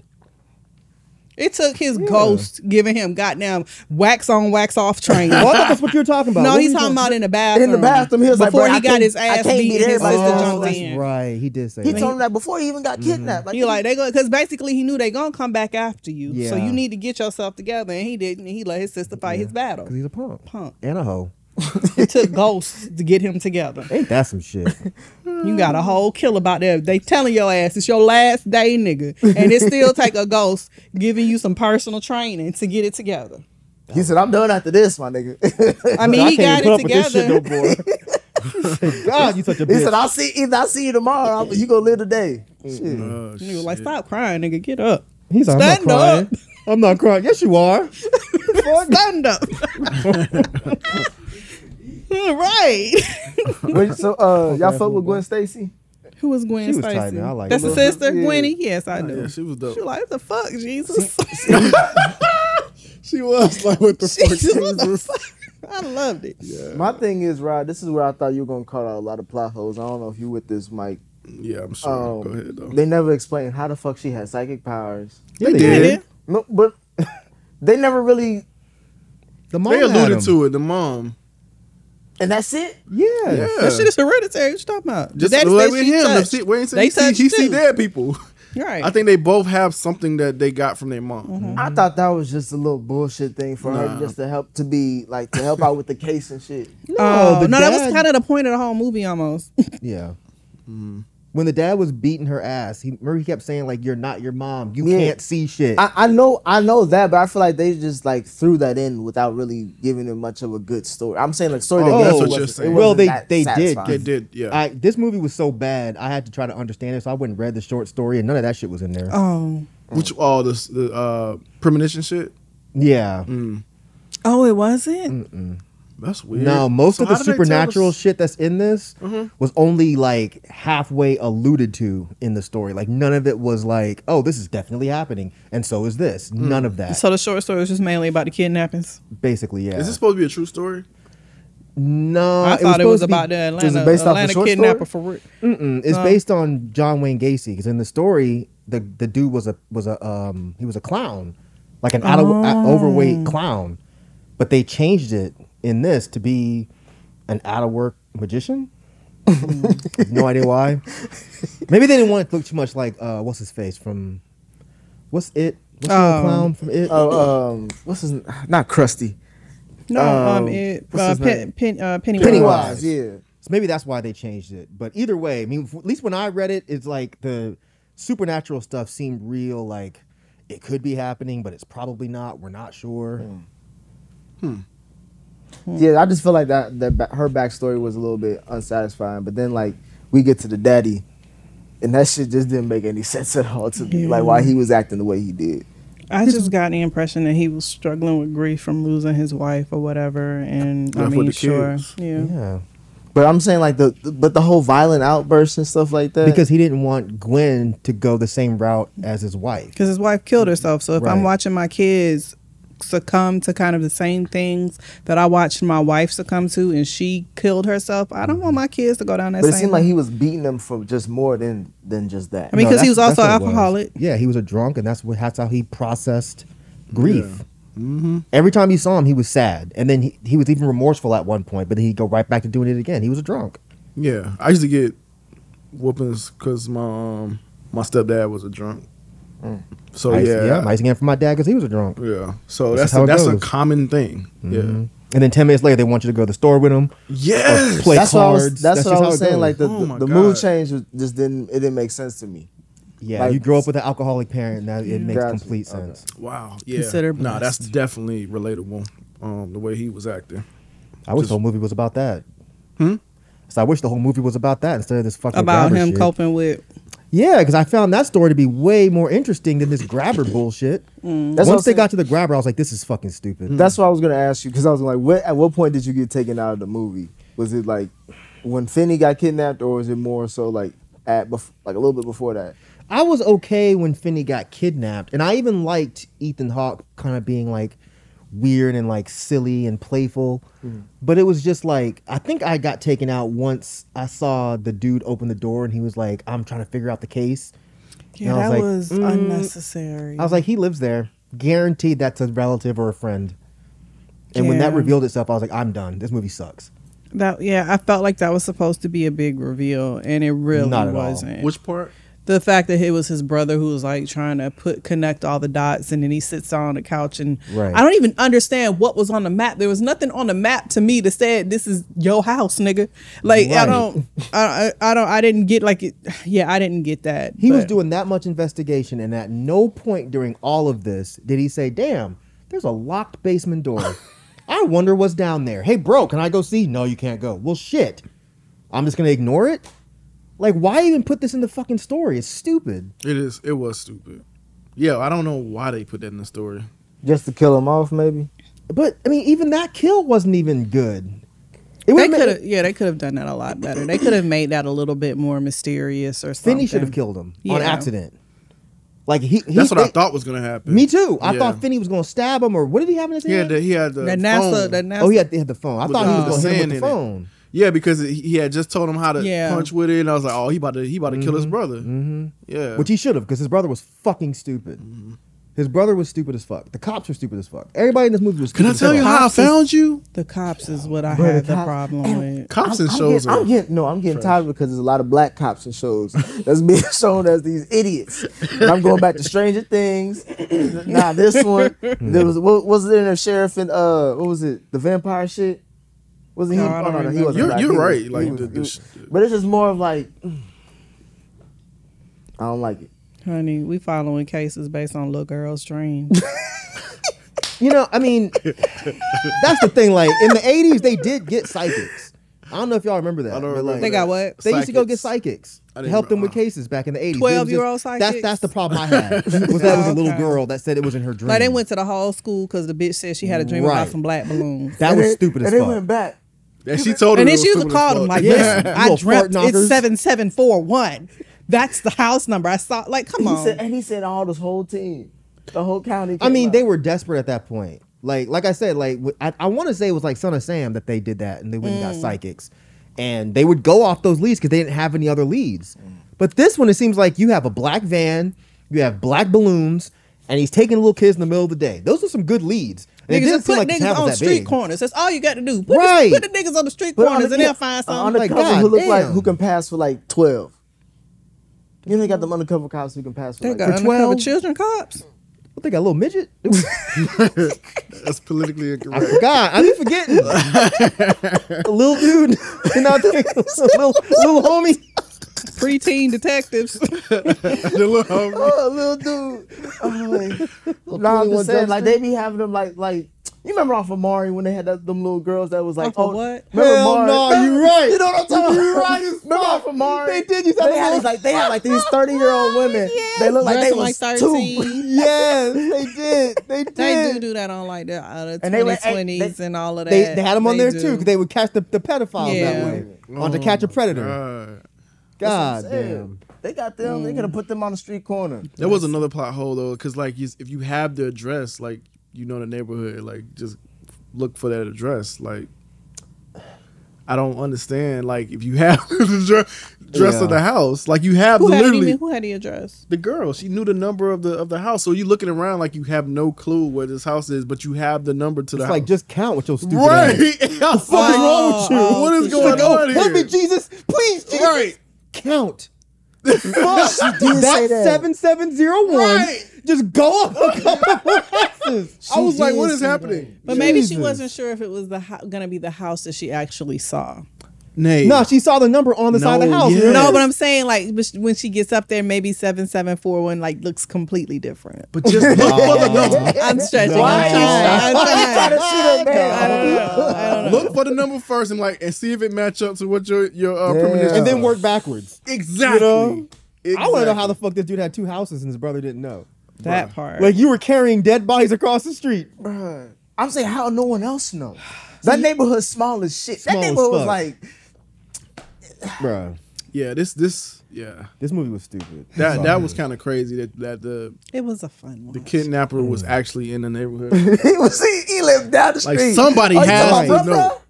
C: It took his ghost giving him goddamn wax on, wax off training.
E: Well, I thought that's what you were talking about.
C: no,
E: What
C: he's
E: you
C: talking about in the bathroom.
B: In the bathroom, he was like,
C: before
B: "Bro,
C: he
B: I
C: got
B: can't-
C: his
B: I
C: ass
B: can't
C: beat,
B: beat
C: and his
B: everybody
C: sister
B: else.
C: jumped
B: That's
C: in.
E: Oh, Right. He did say
B: He
E: that.
B: told him that before he even got kidnapped. Like,
C: You like they go because basically he knew they gonna come back after you, so
E: Yeah.
C: you need to get yourself together. And he didn't. and He let his sister fight his battle.
E: 'Cause he's a punk.
C: Punk.
E: And a hoe.
C: It took ghosts to get him together.
E: Ain't that some shit?
C: You got a whole kill about that. They telling your ass it's your last day, nigga, and it still take a ghost giving you some personal training to get it together.
B: he said, "I'm done after this, my nigga."
C: I mean, he got
E: can't
C: it
E: even put up with this shit
C: together.
E: no more. Thank God, you such a
B: he said,
E: bitch.
B: "I'll see. Either I'll see you tomorrow. I'm- you gonna live today." Shit.
C: You were like, stop crying, nigga, get up,
E: He's like, I'm not
C: Stand
E: crying.
C: up.
E: I'm not crying. Yes, you are.
C: stand up. right.
B: Wait, so, uh, y'all fuck with Gwen Stacy?
C: Who was Gwen
E: She was
C: Stacy?
E: tight, man. I like
C: That's
E: her.
C: the sister,
B: Yeah.
C: Gwenny. Yes, I do.
D: Yeah, she was dope.
C: She like, what the fuck, Jesus?
D: She was like, what the fuck?
C: Jesus, what the fuck? I loved it.
B: My thing is, Rod. This is where I thought you were gonna call out a lot of plot holes. I don't know if you with this, Mike.
D: Yeah, I'm sure.
B: Um,
D: Go ahead though.
B: They never explained how the fuck she had psychic powers.
E: Yeah, they
D: did.
B: No, but they never really.
E: The mom
D: They
E: had him.
D: alluded to it. The mom.
B: And that's it.
E: Yeah.
D: Yeah.
C: That shit is hereditary. What you talking about?
D: Just
C: Daddy
D: like
C: said
D: with
C: she
D: him.
C: touched.
D: See, wait until
C: They
D: he see, he
C: touched
D: see
C: too.
D: dead people.
C: Right. Mm-hmm.
D: I think they both have something that they got from their mom.
B: I thought that was just a little bullshit thing for her, just to help to be like to help out with the case and shit.
C: Oh,
E: the
C: no, that was
E: dad-
C: kind of the point of the whole movie almost.
E: Yeah.
D: Mm.
E: When the dad was beating her ass, he remember he kept saying like, "You're not your mom. You
B: Yeah.
E: can't see shit."
B: I, I know I know that, but I feel like they just like threw that in without really giving it much of a good story. I'm saying like story.
D: Oh,
B: that
D: that's
B: wasn't-
D: what you're
B: it
D: saying.
B: wasn't
E: well, they
B: that
E: they did.
B: satisfying.
D: They did, yeah.
E: I, this movie was so bad, I had to try to understand it, so I went and read the short story, and none of that shit was in there.
C: Oh.
D: Mm-hmm. Which all this the uh, premonition shit.
E: yeah.
D: Mm.
C: Oh, it wasn't?
D: That's weird.
E: No, most
D: So
E: of the
D: how did they tell
E: supernatural
D: us-
E: shit that's in this
D: Mm-hmm.
E: was only like halfway alluded to in the story. Like none of it was like, "Oh, this is definitely happening," and so is this.
D: Mm.
E: None of that.
C: So the short story was just mainly about the kidnappings.
E: Basically, yeah.
D: Is this supposed to be a true story?
E: no,
C: I thought it was,
E: supposed to be-
C: about the Atlanta,
B: is it based off the
C: Atlanta
B: short
C: kidnapper
B: story?
C: for real.
D: Mm.
E: Mm-mm. It's based on John Wayne Gacy because in the story, the the dude was a was a um he was a clown, like an out of,
C: Oh.
E: overweight clown, but they changed it in this to be an out of work magician. no idea why. Maybe they didn't want it to look too much like uh what's his face from what's it? What's the
C: Um,
E: clown from it?
B: Oh, um, what's his? Not Krusty.
C: No, um,
B: Um,
C: it,
B: what's
C: uh,
B: his
C: Pen
B: name?
C: Pen- uh, Pennywise.
B: Pennywise. Yeah.
E: So maybe that's why they changed it. But either way, I mean, f- at least when I read it, it's like the supernatural stuff seemed real. Like it could be happening, but it's probably not. We're not sure.
D: Hmm.
B: Yeah, I just feel like that that ba- her backstory was a little bit unsatisfying. But then like we get to the daddy, and that shit just didn't make any sense at all to me. Like why he was acting the way he did.
C: I just got the impression that he was struggling with grief from losing his wife or whatever. And I
D: Left with
C: mean,
D: the
C: sure.
D: kids.
C: Yeah.
E: Yeah,
B: But I'm saying like the but the whole violent outburst and stuff like that.
E: because he didn't want Gwen to go the same route as his wife.
B: Mm-hmm.
C: because his wife killed herself. So if I'm
E: Right.
C: watching my kids succumb to kind of the same things that I watched my wife succumb to, and she killed herself. I don't want my kids to go down that.
B: Mm-hmm. But it
C: same
B: seemed like he was beating them for just more than than just that.
C: I mean,
E: No,
C: 'cause he
E: that's-
C: was also
E: that's
C: an
E: what it was.
C: alcoholic.
E: Yeah, he was a drunk, and that's what that's how he processed grief.
D: Mm-hmm.
E: Every time you saw him, he was sad, and then he, he was even remorseful at one point. But then he'd go right back to doing it again. He was a drunk.
D: Yeah, I used to get whoopings because my um, my stepdad was a drunk. So
E: I used,
D: yeah,
E: to, yeah, I used to get it from my dad because he was a drunk.
D: yeah. So
E: This is
D: that's
E: how it
D: that's a
E: goes. Mm-hmm.
D: common thing. Yeah.
E: And then ten minutes later, they want you to go to the store with him.
D: Yes.
E: play-
B: that's what I was.
E: cards.
B: That's,
E: That's
B: what
E: just
B: I
E: how
B: was
E: it
B: saying.
E: goes.
B: Like the
D: Oh
B: the,
D: my
B: the mood
D: God.
B: change was- just didn't. It didn't make sense to me.
E: Yeah,
B: Like-
E: you grow up with an alcoholic parent. Now it makes
B: Gotcha.
E: complete
B: Okay.
E: sense.
D: wow. Yeah.
C: Consider
D: nah, that's
C: blessed.
D: definitely relatable. Um, the way he was acting.
E: I wish the whole movie was about that. Hmm. So I wish the whole movie was about that instead of this fucking
C: about
E: grabber
C: him
E: shit.
C: coping with.
E: Yeah, because I found that story to be way more interesting than this grabber bullshit.
B: Mm. That's what I'm
E: Once they
B: saying.
E: got to the grabber, I was like, this is fucking
D: Hmm.
E: stupid.
B: That's what I was gonna ask you because I was like, what? At what point did you get taken out of the movie? Was it like when Finney got kidnapped, or was it more so like at bef- like a little bit before that?
E: I was okay when Finney got kidnapped, and I even liked Ethan Hawke kind of being like weird and like silly and playful.
C: Mm.
E: But it was just like I think I got taken out once I saw the dude open the door and he was like, "I'm trying to figure out the case."
C: Yeah,
E: And I
C: that
E: was
C: was
E: like, mm.
C: unnecessary.
E: I was like, "He lives there, guaranteed that's a relative or a friend." And when that
C: Yeah.
E: revealed itself, I was like, "I'm done. This movie sucks."
C: that yeah, I felt like that was supposed to be a big reveal, and it really
E: Not at all.
C: wasn't.
D: Which part?
C: the fact that it was his brother who was like trying to put connect all the dots and then he sits down on the couch and
E: Right.
C: I don't even understand what was on the map. There was nothing on the map to me that said this is your house, nigga. Like I
E: Right.
C: don't I, I I don't I didn't get like it yeah, I didn't get that.
E: He was
C: but-
E: doing that much investigation, and at no point during all of this did he say, "Damn, there's a locked basement door. I wonder what's down there." Hey, bro, can I go see? No, you can't go. Well, shit. I'm just gonna ignore it. Like, why even put this in the fucking story? It's stupid.
D: It is. It was stupid. Yeah, I don't know why they put that in the story.
B: Just to kill him off, maybe.
E: But I mean, even that kill wasn't even good. It
C: they
E: would've
C: could
E: made-
C: have yeah, they could have done that a lot better. They could have made that a little bit more mysterious or something.
E: Finney should have killed him on
C: Yeah.
E: accident. Like he. he
D: That's what I
E: they-
D: thought was gonna happen.
E: Me too. I
D: Yeah.
E: thought Finney was gonna stab him, or what did he have in his
D: He had
E: hand?
D: the he had the,
C: That NASA
D: phone
C: that NASA
E: oh, he had, he had the phone. I
D: with
E: thought
D: the- uh,
E: he was gonna hit him
D: sand
E: with the
D: in it.
E: phone.
D: Yeah, because he he had just told him how to
C: Yeah.
D: punch with it, and I was like, oh, he about to he about to kill his brother. Mm-hmm. Yeah,
E: Which he should have, because his brother was fucking stupid.
B: Mm-hmm.
E: His brother was stupid as fuck. The cops were stupid as fuck. Everybody in this movie was
D: Can
E: stupid.
D: I
E: as
D: tell you
E: fuck.
D: how I
C: Cops is-
D: found you?
C: the cops is what I
B: Bro, the
C: had the
B: cops-
C: problem
B: and-
C: with.
D: Cops and
B: I'm
D: shows.
B: Getting, I'm
D: are-
B: getting no. I'm getting tired because there's a lot of black cops and shows that's being shown as these idiots. And I'm going back to Stranger Things. nah, this one.
E: Hmm.
B: There was what was it in the sheriff and uh what was it the vampire shit? Wasn't he?
C: No, I
B: oh,
C: don't
B: no, no, he
C: remember.
B: wasn't.
D: You're-
B: black.
D: you're
B: He was-
D: right,
B: he
D: like,
B: was-
D: the-
B: he
D: the
B: was-
D: sh-
B: but it's just more of like I don't like it.
C: Honey, we following cases based on little girls' dreams.
E: You know, I mean, that's the thing. Like in the '80s, they did get psychics. I don't know if y'all remember that.
D: I don't
E: but,
D: remember
E: like,
C: they got what?
E: They used to go get psychics
D: Psychics. I
E: to
D: didn't
E: help them
D: remember-
E: with cases back in the '80s. They was just-
C: 12-year-old
E: That's
C: psychics?
E: that's the problem I had. Was that it was a little
C: Okay.
E: girl that said it was in her dream.
C: Like they went to the whole school because the bitch said she had a dream
E: Right.
C: about some black balloons.
E: That
B: And
E: was
B: they-
E: stupid as
B: And
E: fuck.
B: they went back.
D: And she told
C: and
D: him.
C: then
D: it was
C: she used to
D: stupid as
C: call
D: fuck.
C: them like,
E: Yeah.
C: "Listen,
E: You
C: I
E: little fart
C: dreamt
E: knockers."
C: it's seven seven four one. That's the house number I saw. Like, come
B: He
C: on,
B: said, and he said all this whole team, the whole county.
E: I
B: came
E: mean,
B: out.
E: they were desperate at that point. Like, like I said, like wh- I, I want to say it was like Son of Sam that they did that, and they went
C: Mm.
E: and got psychics, and they would go off those leads because they didn't have any other leads. But this one, it seems like you have a black van, you have black balloons, and he's taking little kids in the middle of the day. Those are some good leads. And it
C: niggas
E: didn't
C: just
E: seem
C: put
E: like the town
C: niggas
E: was
C: on
E: that
C: street
E: big.
C: corners. That's all you got to do. Put,
E: Right.
C: the, put the niggas on the street
B: But
C: corners
B: under-
C: and
B: yeah,
C: they'll find
B: uh,
C: something.
B: Undercover
E: Like,
B: who look
E: God
B: like
E: damn.
B: who can pass for like twelve. You know they got them undercover cops who can pass for
C: they
B: like
C: got
B: 12.
C: undercover
E: 12?
C: children cops.
E: What, they got a little midget.
D: That's politically
E: I
D: incorrect.
E: forgot. I be forgetting. a little dude. You know, I think a little little homie.
C: Preteen detectives.
D: The little homie.
B: Oh, little dude. Oh, like, nah, I'm
E: 21
B: just saying, like they
E: Jump
B: be having them like like. You remember off of Mari when they had that, them little girls that was like,
C: Off of
B: oh,
C: what?
B: Remember
E: Hell
B: Maury?
E: no, you right.
B: You know what I'm talking
E: You
B: about?
E: right as
B: remember
E: fuck.
B: off of Mari?
E: They did. You saw
B: They
E: the
B: had
E: little- Oh,
B: these, like they had like these thirty year old women. They look like they
C: Dressing
B: was
C: like
B: two.
C: 13.
E: Yes, they did. They did.
C: They do do that on like the uh,
B: And they were- hey,
C: 2020s
B: they-
C: and all of that.
E: They, they had them on there
C: do.
E: too because they would catch the, the pedophiles that
C: Yeah.
E: way
D: Oh,
E: on to catch a predator.
D: God.
E: God
B: That's what I'm saying.
E: damn.
B: They got them. They could have put them on the street corner.
D: There was another plot hole though, because like you- if you have the address, like you know the neighborhood. Like just look for that address. Like I don't understand. Like if you have the dress, dress of
E: Yeah.
D: the house, like you have
C: Who had,
D: literally
C: any, who had the address?
D: the girl. She knew the number of the of the house. So you looking around like you have no clue where this house is, but you have the number to the
E: It's like
D: house.
E: just count with your stupid
D: right.
E: ass.
D: the fuck
C: wrong with you?
D: What is going
E: Oh,
D: on
E: help me,
D: here?
E: Jesus! Please, Jesus!
D: Right.
E: Count. Fuck.
B: say
E: that
B: that.
E: seven seven zero one.
D: Right.
E: Just go up a couple of houses.
D: I was like,
B: did
D: what is
B: say
D: happening?
C: But maybe she
E: Jesus.
C: wasn't sure if it was the ho- gonna be the house that she actually saw.
D: Nay.
E: No, she saw the number on the side of the
D: No,
E: house.
D: yeah.
C: No, but I'm saying like but sh- when she gets up there, maybe seven seven four one like looks completely different.
D: But just look for the number.
C: I'm stretching.
E: Why?
C: I'm trying. I'm trying.
B: shoot her
C: I
B: down.
C: don't know. I don't know.
D: Look for the number first and like and see if it match up to what your your uh,
B: Yeah.
D: premonition.
E: and then work backwards.
D: exactly.
E: I want to know how the fuck this dude had two houses and his brother didn't know.
C: That part.
E: Like you were carrying dead bodies across the street.
B: I'm saying how no one else know. That neighborhood's small as shit.
E: Small
B: that
E: as
B: neighborhood was
E: fuck.
B: like
E: Bruh,
D: Yeah, this this yeah
E: this movie was stupid.
D: that that was kind of crazy that that the
C: it was a fun one.
D: the kidnapper
E: Mm.
D: was actually in the neighborhood.
B: he was he, he lived down the
D: Like,
B: street.
D: somebody
B: you
D: has
B: talking about
D: to
B: Ruff Ruff?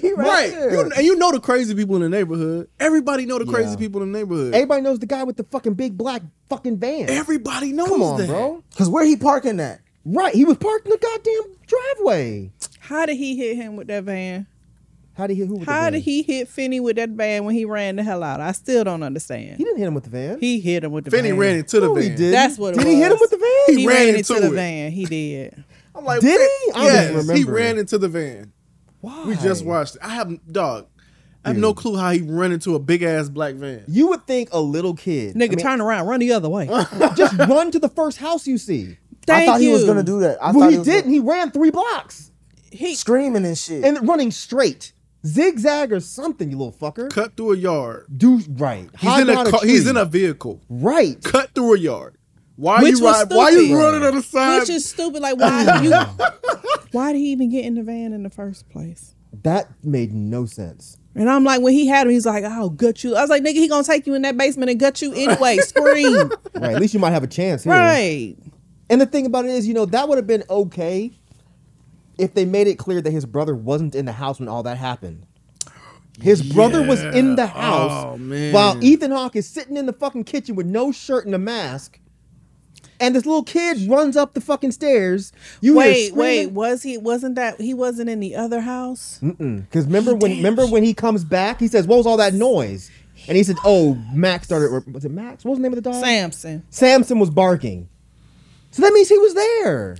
B: He
D: Right,
B: there.
D: you, and you know the crazy people in the neighborhood. Everybody know the crazy
E: Yeah.
D: people in the neighborhood.
E: Everybody knows the guy with the fucking big black fucking van.
D: Everybody knows
E: Come on,
D: that.
E: bro.
B: Cause where he parking at?
E: Right, he was parked in the goddamn driveway.
C: How did he hit him with that van?
E: How did he? Who? With the
C: How
E: van?
C: did he hit Finney with that van when he ran the hell out? I still don't understand.
E: He didn't hit him with the van.
C: He hit him with the
D: Finney
C: van.
D: ran into the
E: No, he
D: van.
E: didn't.
C: That's what it
E: Did he hit him
C: was.
E: with the van?
C: He ran, into, the
D: it.
C: van. He did.
D: I'm like,
E: Did
D: "What?"
E: he? I don't even
D: yes, he
E: remember.
D: ran into the van.
E: Why?
D: We just watched. It. I have dog. I have no clue how he ran into a big ass black van.
E: You would think a little kid.
C: Nigga,
E: I mean,
C: turn around, run the other way.
E: just run to the first house you see.
B: I
C: Thank
B: thought
C: you.
B: he was gonna do that. I
E: well,
B: thought
E: he
B: was
E: didn't. He ran three blocks
C: He,
B: Screaming and shit.
E: and running straight, zigzag or something. You little fucker.
D: Cut through a yard.
E: Do right.
D: He's
E: Hide
D: in a,
E: behind
D: car, he's
E: tree.
D: in a vehicle.
E: right.
D: Cut through a yard. Why
C: Which
D: you
C: was
D: ride, Why you
C: stupid.
D: running on the side?
C: which is stupid. Like why you? Why did he even get in the van in the first place?
E: That made no sense.
C: And I'm like, when he had him, he's like, "I'll gut you." I was like, "Nigga, he gonna take you in that basement and gut you anyway." Scream,
E: Right. At least you might have a chance here.
C: right?
E: And the thing about it is, you know, that would have been okay if they made it clear that his brother wasn't in the house when all that happened. His brother was in the house
D: Oh, man.
E: while Ethan Hawke is sitting in the fucking kitchen with no shirt and a mask. And this little kid runs up the fucking stairs. You
C: Wait, wait, was he? Wasn't that he wasn't in the other house?
E: Because remember when remember when he comes back, he says, "What was all that noise?" And he said, "Oh, Max started. or Was it Max? What was the name of the dog?
C: Samson.
E: Samson was barking. So that means he was there.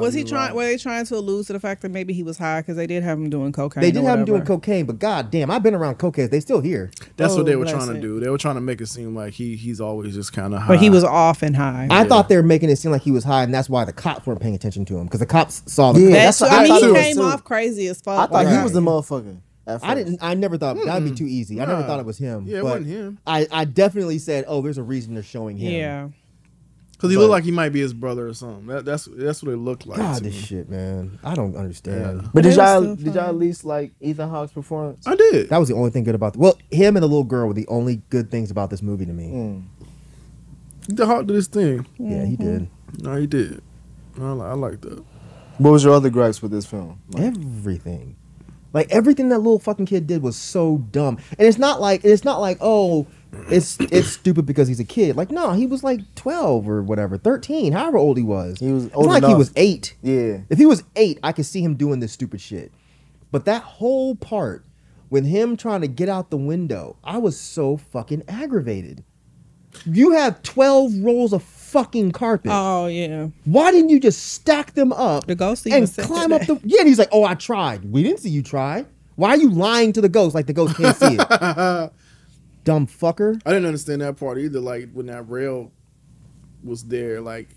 C: was he trying? Were they trying to allude to the fact that maybe he was high because they did have him doing cocaine?
E: They did
C: or
E: have him doing
C: whatever.
E: cocaine, but god damn, I've been around cocaine. They still here.
D: That's what they were
C: Oh,
D: trying to
C: bless it.
D: do. They were trying to make it seem like he he's always just kind of high.
C: But he was off and high.
E: I thought they were making it seem like he was high, and that's why the cops weren't paying attention to him because the cops saw the.
B: Yeah,
E: Yeah.
C: that's
B: that's what
C: I
B: I
C: mean,
B: thought
C: he
B: it was
C: came
B: too.
C: off crazy as fuck.
B: I thought
C: Like,
B: he was the motherfucker. at
E: I
B: first.
E: didn't. I never thought that'd be too easy. I never thought it was him.
D: Yeah, it
E: but
D: wasn't him.
E: I, I definitely said, oh, there's a reason they're showing him.
C: Yeah.
D: because he looked like he might be his brother or something. That, that's that's what it looked like.
E: God,
D: to
E: this
D: me.
E: shit, man. I don't understand.
B: But
C: They
B: did
C: were
B: y'all
C: still
B: did
C: fine.
B: y'all at least like Ethan Hawke's performance?
D: I did.
E: That was the only thing good about the, well, him and the little girl were the only good things about this movie to me.
D: Mm. the Hawk did his thing.
E: Yeah,
D: Mm-hmm.
E: he did
D: No, he did. No, I, li- I like that.
B: What was your other gripes with this film?
E: everything. Like everything that little fucking kid did was so dumb. And it's not like it's not like oh, it's it's stupid because he's a kid. Like no, he was like twelve or whatever, thirteen, however old he was.
B: He was
E: It's
B: old
E: not like he
B: enough.
E: was eight.
B: Yeah.
E: If he was eight, I could see him doing this stupid shit. But that whole part with him trying to get out the window, I was so fucking aggravated. You have twelve rolls of fucking carpet.
C: Oh yeah.
E: Why didn't you just stack them up
C: The ghost even
E: and
C: said
E: climb
C: that.
E: up the? Yeah, and he's like, "Oh, I tried. We didn't see you try. Why are you lying to the ghost? Like the ghost can't see it, dumb fucker."
D: I didn't understand that part either. Like when that rail was there, like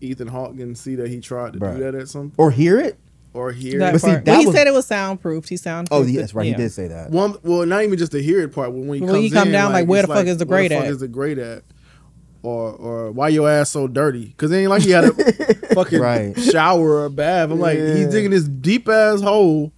D: Ethan Hawke didn't see that he tried to
E: Bruh.
D: do that at some
E: Or hear it?
D: or hear.
C: That
E: But see,
C: part.
E: that
C: Well, he
E: was-
C: said it was soundproofed. He soundproofed.
E: Oh,
C: it.
E: yeah, that's right.
C: Yeah.
E: He did say that.
D: One, well, not even just the hear it part. When, when he
C: When
D: comes
C: he come
D: in,
C: down, like, where
D: it's
C: the fuck is the grade
D: where
C: at?
D: fuck is the grade at? Or or why your ass so dirty? Because ain't like he had a fucking
E: Right.
D: shower or bath. I'm like he's digging this deep ass hole,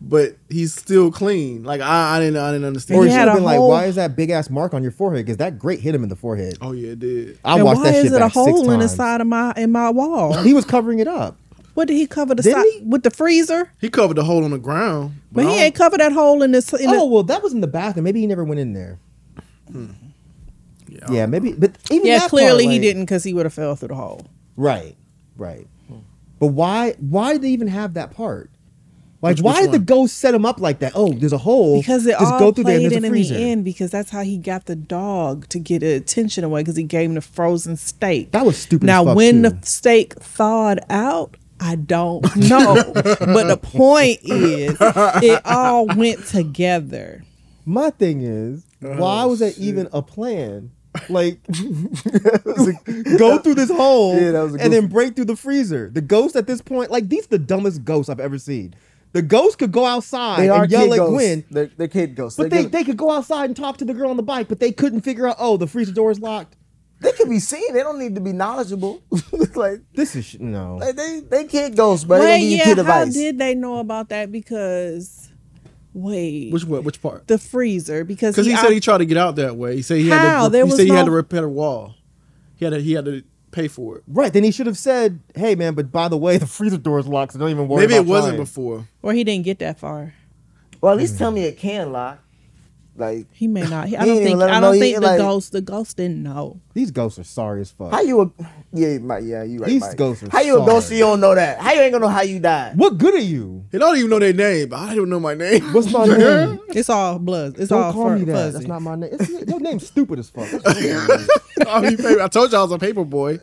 D: but he's still clean. Like I, I didn't I didn't understand.
E: Or
C: he
E: he should
C: had
E: have
C: a
E: been
C: whole-
E: like, "Why is that big ass mark on your forehead? Because that grate hit him in the forehead."
D: oh yeah, it did.
E: I
C: And
E: watched
C: why
E: that
C: is
E: shit
C: it a
E: back six
C: hole in the
E: times.
C: side of my in my wall?
E: He was covering it up.
C: What did he cover the
E: Didn't
C: side
E: he?
C: with the freezer?
D: He covered the hole on the ground,
C: But
D: I
C: he
D: don't-
C: ain't covered that hole in this. In
E: Oh
C: oh,
E: well, that was in the bathroom. Maybe he never went in there. Yeah, maybe. But even
C: yeah,
E: that part,
C: clearly he
E: like-
C: didn't because he would have fell through the hole.
E: Right, right. But why? Why did they even have that part? Like,
D: Which-
E: why
D: which
E: did the
D: one?
E: ghost set him up like that? Oh, there's a hole.
C: Because it
E: Just
C: all
E: go through there. and There's
C: played in,
E: a
C: in the
E: freezer.
C: end because that's how he got the dog to get his attention away because he gave him the frozen steak.
E: That was stupid as
C: Now
E: fuck,
C: when
E: too.
C: the steak thawed out, I don't know. but the point is it all went together.
E: My thing is,
B: Oh,
E: why was that even a plan? Like, go through this hole
B: Yeah, that was a
E: and then
B: goofy-
E: break through the freezer. The ghost at this point, like, these the dumbest ghosts I've ever seen. The ghost could go outside
B: They are
E: and yell
B: kid
E: at
B: ghosts.
E: Gwen.
B: They're, they're kid ghosts.
E: But
B: They
E: they,
B: give-
E: they could go outside and talk to the girl on the bike, but they couldn't figure out, oh, the freezer door is locked.
B: they can be seen. They don't need to be knowledgeable. like
E: This is, sh- no.
B: like, they they kid ghosts, but
C: Wait,
B: they don't give you kid
C: how
B: advice.
C: did they know about that? Because wait,
D: Which what? Which part?
C: the freezer because
D: Because he, said
C: out-
D: he tried to get out that way. He said he
C: How?
D: had to.
C: There
D: he
C: was
D: said he had
C: no-
D: to repair a wall. He had to. He had to pay for it.
E: Right, then he should have said, hey, man, but by the way, the freezer door is locked, so don't even worry
D: Maybe
E: about
D: it wasn't
E: trying."
D: before.
C: or he didn't get that far.
G: Well, at least tell me it can lock.
B: Like
C: He may not. I
B: He
C: don't
B: didn't
C: think.
B: let him
C: I
B: know
C: don't
B: he-
C: think the
B: like-
C: ghost. The ghost didn't know.
E: These ghosts are sorry as fuck.
B: how you a yeah Mike, yeah you right.
E: These
B: Mike.
E: ghosts are
B: How you a ghost?
E: sorry.
B: and You don't know that.
G: How you ain't gonna know how you died?
E: What good are you?
D: He don't even know their name. but I don't know my name.
E: What's my name?
C: It's all blood. It's all
E: Don't call
C: fur-
E: me that.
C: fuzzy.
E: That's not my name. It's, your name's stupid as fuck. That's your name.
D: I, mean, baby, I told you I was a paper boy.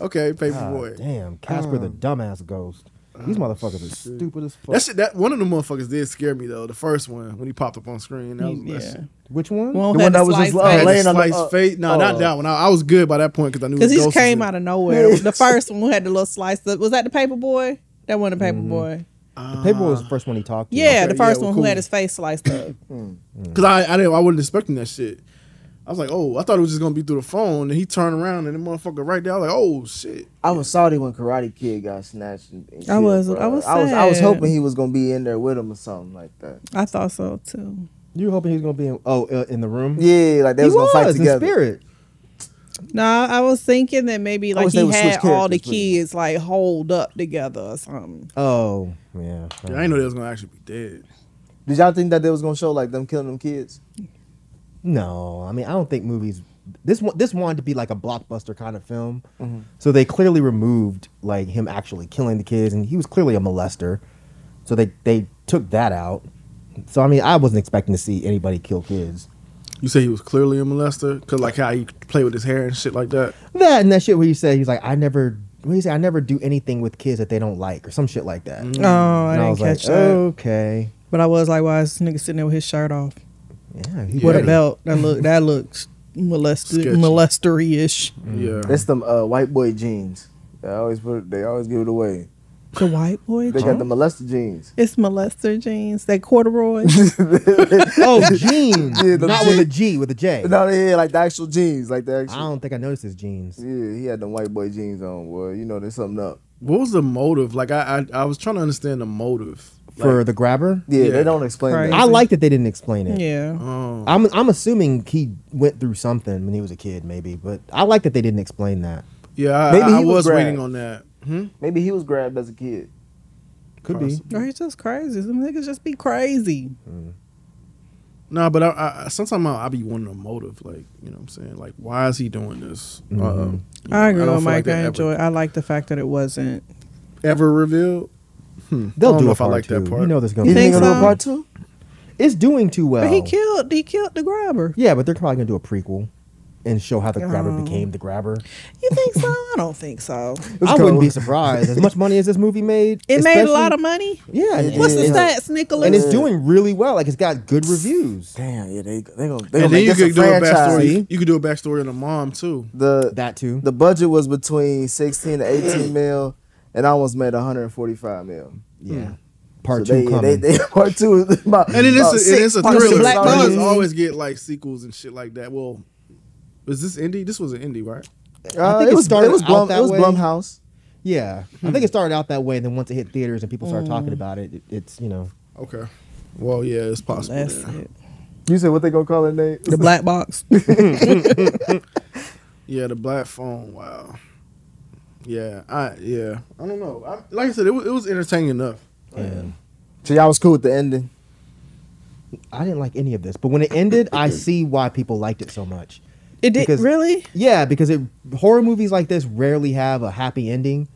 D: Okay, paper boy.
E: Ah, Damn, Casper the dumbass ghost. These motherfuckers are stupid as fuck.
D: That shit. That one of the motherfuckers did scare me though. The first one when he popped up on screen. That was
C: Yeah.
D: that shit.
E: Which one?
C: One
B: The
C: had
B: one
C: the
B: that was
C: slice
B: just uh,
C: face.
B: laying on the
D: Slice
B: uh,
D: fate. No, not that one. I, I was good by that point because I knew.
C: Because
D: the
C: he just
D: ghost was
C: came
D: in.
C: out of nowhere. the first one had the little slice. That, was that the paper boy? That wasn't the paper
B: Mm-hmm.
C: boy.
E: The paperboy was the first one he talked to.
C: Yeah,
D: okay,
C: the first
D: yeah, well,
C: one
D: cool.
C: who had his face sliced up.
D: Cause I, I didn't I wasn't expecting that shit. I was like, oh, I thought it was just gonna be through the phone, and he turned around and the motherfucker right there. I was like, oh shit.
B: I was sorry when Karate Kid got snatched. And, and
C: I
B: shit,
C: was-
B: bruh.
C: I was
B: I was. I was
C: sad.
B: hoping he was gonna be in there with him or something like that.
C: I thought so too.
E: You were hoping he was gonna be in, oh uh, in the room?
B: Yeah, like they
E: he
B: was,
E: was,
B: gonna fight
E: in
B: together.
E: spirit.
C: No, I was thinking that maybe like
B: wish they
C: he
B: would switch
C: had all the
B: characters, but-
C: kids like holed up together or something.
E: Oh yeah.
D: I didn't know they was gonna actually be dead.
B: Did y'all think that they was gonna show like them killing them kids?
E: No, I mean I don't think movies. This one this wanted to be like a blockbuster kind of film, so they clearly removed like him actually killing the kids, and he was clearly a molester, so they they took that out. So I mean I wasn't expecting to see anybody kill kids.
D: You say he was clearly a molester, cause like how he played with his hair and shit like that.
E: That and that shit where he said he's like I never. What he say? I never do anything with kids that they don't like or some shit like that.
C: Oh, I
E: Mm. And
C: didn't
E: was like, oh.
C: catch that.
E: Okay.
C: But I was like, why is this nigga sitting there with his shirt off?
E: Yeah. He
C: With
D: Yeah.
C: a belt. That look that looks molested
D: Sketchy.
C: molestery ish.
D: Yeah.
B: That's them uh, white boy jeans. They always put. They always give it away.
C: The white boy
B: They
C: jeans?
B: got the molester jeans.
C: It's molester jeans. That corduroy.
E: Oh, jeans.
B: Yeah, the
E: Not
B: G.
E: with a G, with a J.
B: No, they had like the actual jeans, like the
E: I
B: actual.
E: don't think I noticed his jeans.
B: Yeah, he had them white boy jeans on. Boy, you know there's something up.
D: What was the motive? Like I I, I was trying to understand the motive.
E: for the grabber.
B: Yeah,
D: Yeah.
B: they don't explain
C: Crazy.
B: that.
E: I like that they didn't explain it.
C: yeah.
D: Oh,
E: I'm I'm assuming he went through something when he was a kid, maybe. But I like that they didn't explain that.
D: yeah. I,
B: Maybe
D: I, I
B: he was
D: was waiting
B: grabbed.
D: on that. Hmm?
B: Maybe he was grabbed as a kid.
E: Could be.
C: Or he's just crazy. Some niggas just be crazy.
D: Nah, but I, I I- sometimes I, I be wanting a motive. Like you know what I'm saying. Like why is he doing this? Uh, you know,
C: I agree
D: don't
C: with
D: feel like
C: Mike.
D: that
C: I
D: ever-
C: enjoy. I like the fact that it wasn't.
D: Ever revealed?
E: They'll
D: I don't
E: do
D: know
E: a
D: if I
E: part
D: like
E: two.
D: that part.
E: You know there's gonna
B: You
E: be.
C: think
B: think
C: so?
B: so? part two?
E: It's doing too well.
C: But he killed. He killed the grabber.
E: Yeah, but they're probably gonna do a prequel and show how the grabber became the grabber.
C: You think so? I don't think so.
E: I
B: was
E: wouldn't
B: cold.
E: be surprised. As much money as this movie made,
C: It made a
E: especially-
C: lot of money.
E: Yeah, and-
C: What's the
E: and-
C: stats, Nicholas?
E: And it's doing really well. Like it's got good reviews.
B: Damn, yeah, they they gonna they gonna
D: And then
B: make
D: you
B: this a
D: could do a
B: franchise.
D: backstory. You could do a backstory on the mom too.
B: The
E: That too.
B: the budget was between sixteen to eighteen mil, and I almost made one hundred and forty five mil.
E: yeah. Part
B: So
E: two
B: they,
E: coming.
B: They, they, part two is about
D: And it
B: about
D: is a, it is a
B: parts of
D: thriller.
B: Black
D: Thrillers
B: Dahlia.
D: always get like sequels and shit like that. Well, was this indie? This was an indie, right?
B: Uh,
E: I think
B: it
E: it
B: was
E: started
B: it was
E: out
B: Blum,
E: that
B: it was
E: way.
B: Blumhouse.
E: yeah. I think it started out that way, and then once it hit theaters and people started
C: Mm.
E: talking about it, it, it's you know
D: Okay. Well, yeah, it's possible.
C: That's
D: yeah.
C: it.
B: You said what they gonna call it, Nate?
C: The black box.
D: Yeah, the black phone. Wow. Yeah, I yeah, I don't know. I, like I said, it was, it was entertaining enough.
B: So y'all was cool with the ending.
E: I didn't like any of this, but when it ended, I see why people liked it so much.
C: It did
E: Because-
C: really.
E: Yeah, because it horror movies like this rarely have a happy ending,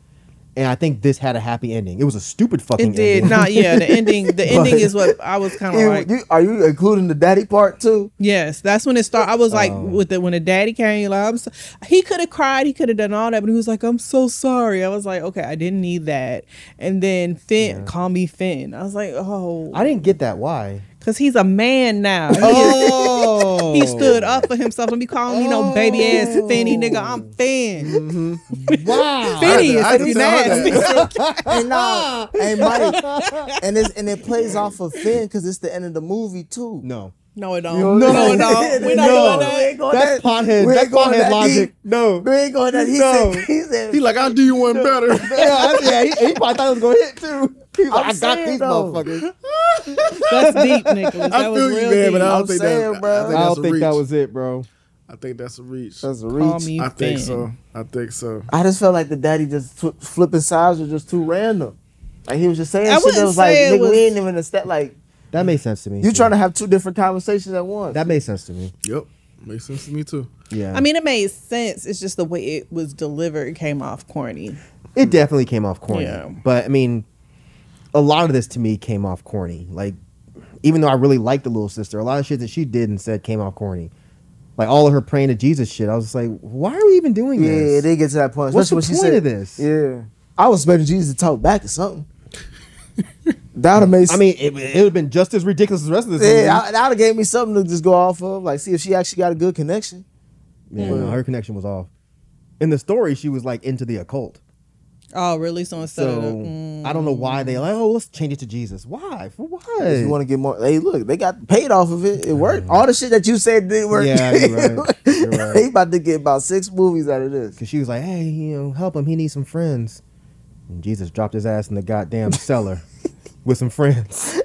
E: and I think this had a happy ending. It was a stupid fucking.
C: It did
E: ending.
C: not. Yeah, the ending. The ending is what I was kind of
B: You-
C: like.
B: you- are you including the daddy part too?
C: Yes, that's when it started. I was like, with the when the daddy came, like, I'm so, he could have cried, he could have done all that, but he was like, "I'm so sorry." I was like, "Okay, I didn't need that." And then Finn, call me Finn. I was like, "Oh,
E: I didn't get that. Why?
C: because he's a man now. He,
E: Oh,
C: he stood up for himself. Let me call me no baby ass Finny nigga. I'm Finn.
E: Wow.
C: Finny is
D: I
C: if you
D: didn't- I didn't-
C: nasty.
G: And no, and Mike, and it's and it plays off of Finn because it's the end of the movie too.
E: No.
C: No, it don't. No, no, no.
E: No.
C: We're not doing Oh, that.
G: ain't going that-
E: That's pothead.
G: we
E: That's
G: ain't going
E: pothead
G: that
E: logic.
G: deep.
E: No.
G: We ain't going that. He
E: No.
G: said. He said.
D: He like I'll do you one better.
E: yeah, I- yeah, he, he probably thought it was gonna hit too. He was like,
G: I'm
E: I got
G: saying
E: these
G: though.
E: motherfuckers.
C: That's deep, Nicholas.
D: I
C: That was
D: feel you,
C: real
D: man, but
C: deep.
D: I don't
B: I'm
D: think
B: saying,
D: that.
B: bro.
D: I
E: I
D: think, that's
E: don't
D: a
E: think
D: reach.
E: that was it, bro.
D: I think that's a reach.
B: That's a
C: Call
B: reach.
C: me
D: I
C: Finn.
D: think so. I think so.
G: I just felt like the daddy just fl- flipping sides was just too random. Like he was just saying
C: I
G: shit that
C: wouldn't
G: was like,
C: say it
G: nigga,
C: was-
G: we ain't even a step. Like
E: That made sense to me.
G: you
E: too.
G: trying to have two different conversations at once.
E: That made sense to me.
D: Yep, makes sense to me too.
E: Yeah.
C: I mean, it made sense. It's just the way it was delivered came off corny.
B: Hmm.
E: it definitely came off corny.
C: Yeah.
E: But I mean, a lot of this to me came off corny. Like, even though I really liked the little sister, a lot of shit that she did and said came off corny. Like all of her praying to Jesus shit, I was just like, why are we even doing
B: Yeah,
E: this?
B: they get to that point.
E: What's
B: Especially
E: the
B: when she
E: point
B: said,
E: of this?
B: Yeah,
G: I was expecting Jesus to talk back or something.
B: that'd have made.
E: I mean, it, it would have been just as ridiculous as the rest of this. movie.
B: yeah, I,
G: That would have gave me something to just go off of. Like see if she actually got a good connection.
E: Yeah, no, her connection was off. In the story, she was like into the occult.
C: Oh, really? So instead
E: So
C: of mm,
E: I don't know why they like, oh, let's change it to Jesus. Why? For what?
G: If you want to get more, hey, look, they got paid off of it. It worked. All the shit that you said didn't work.
E: Yeah, you're right. You're right.
G: they about to get about six movies out of this.
E: Cause she was like, "Hey, you know, help him. He needs some friends." And Jesus dropped his ass in the goddamn cellar with some friends.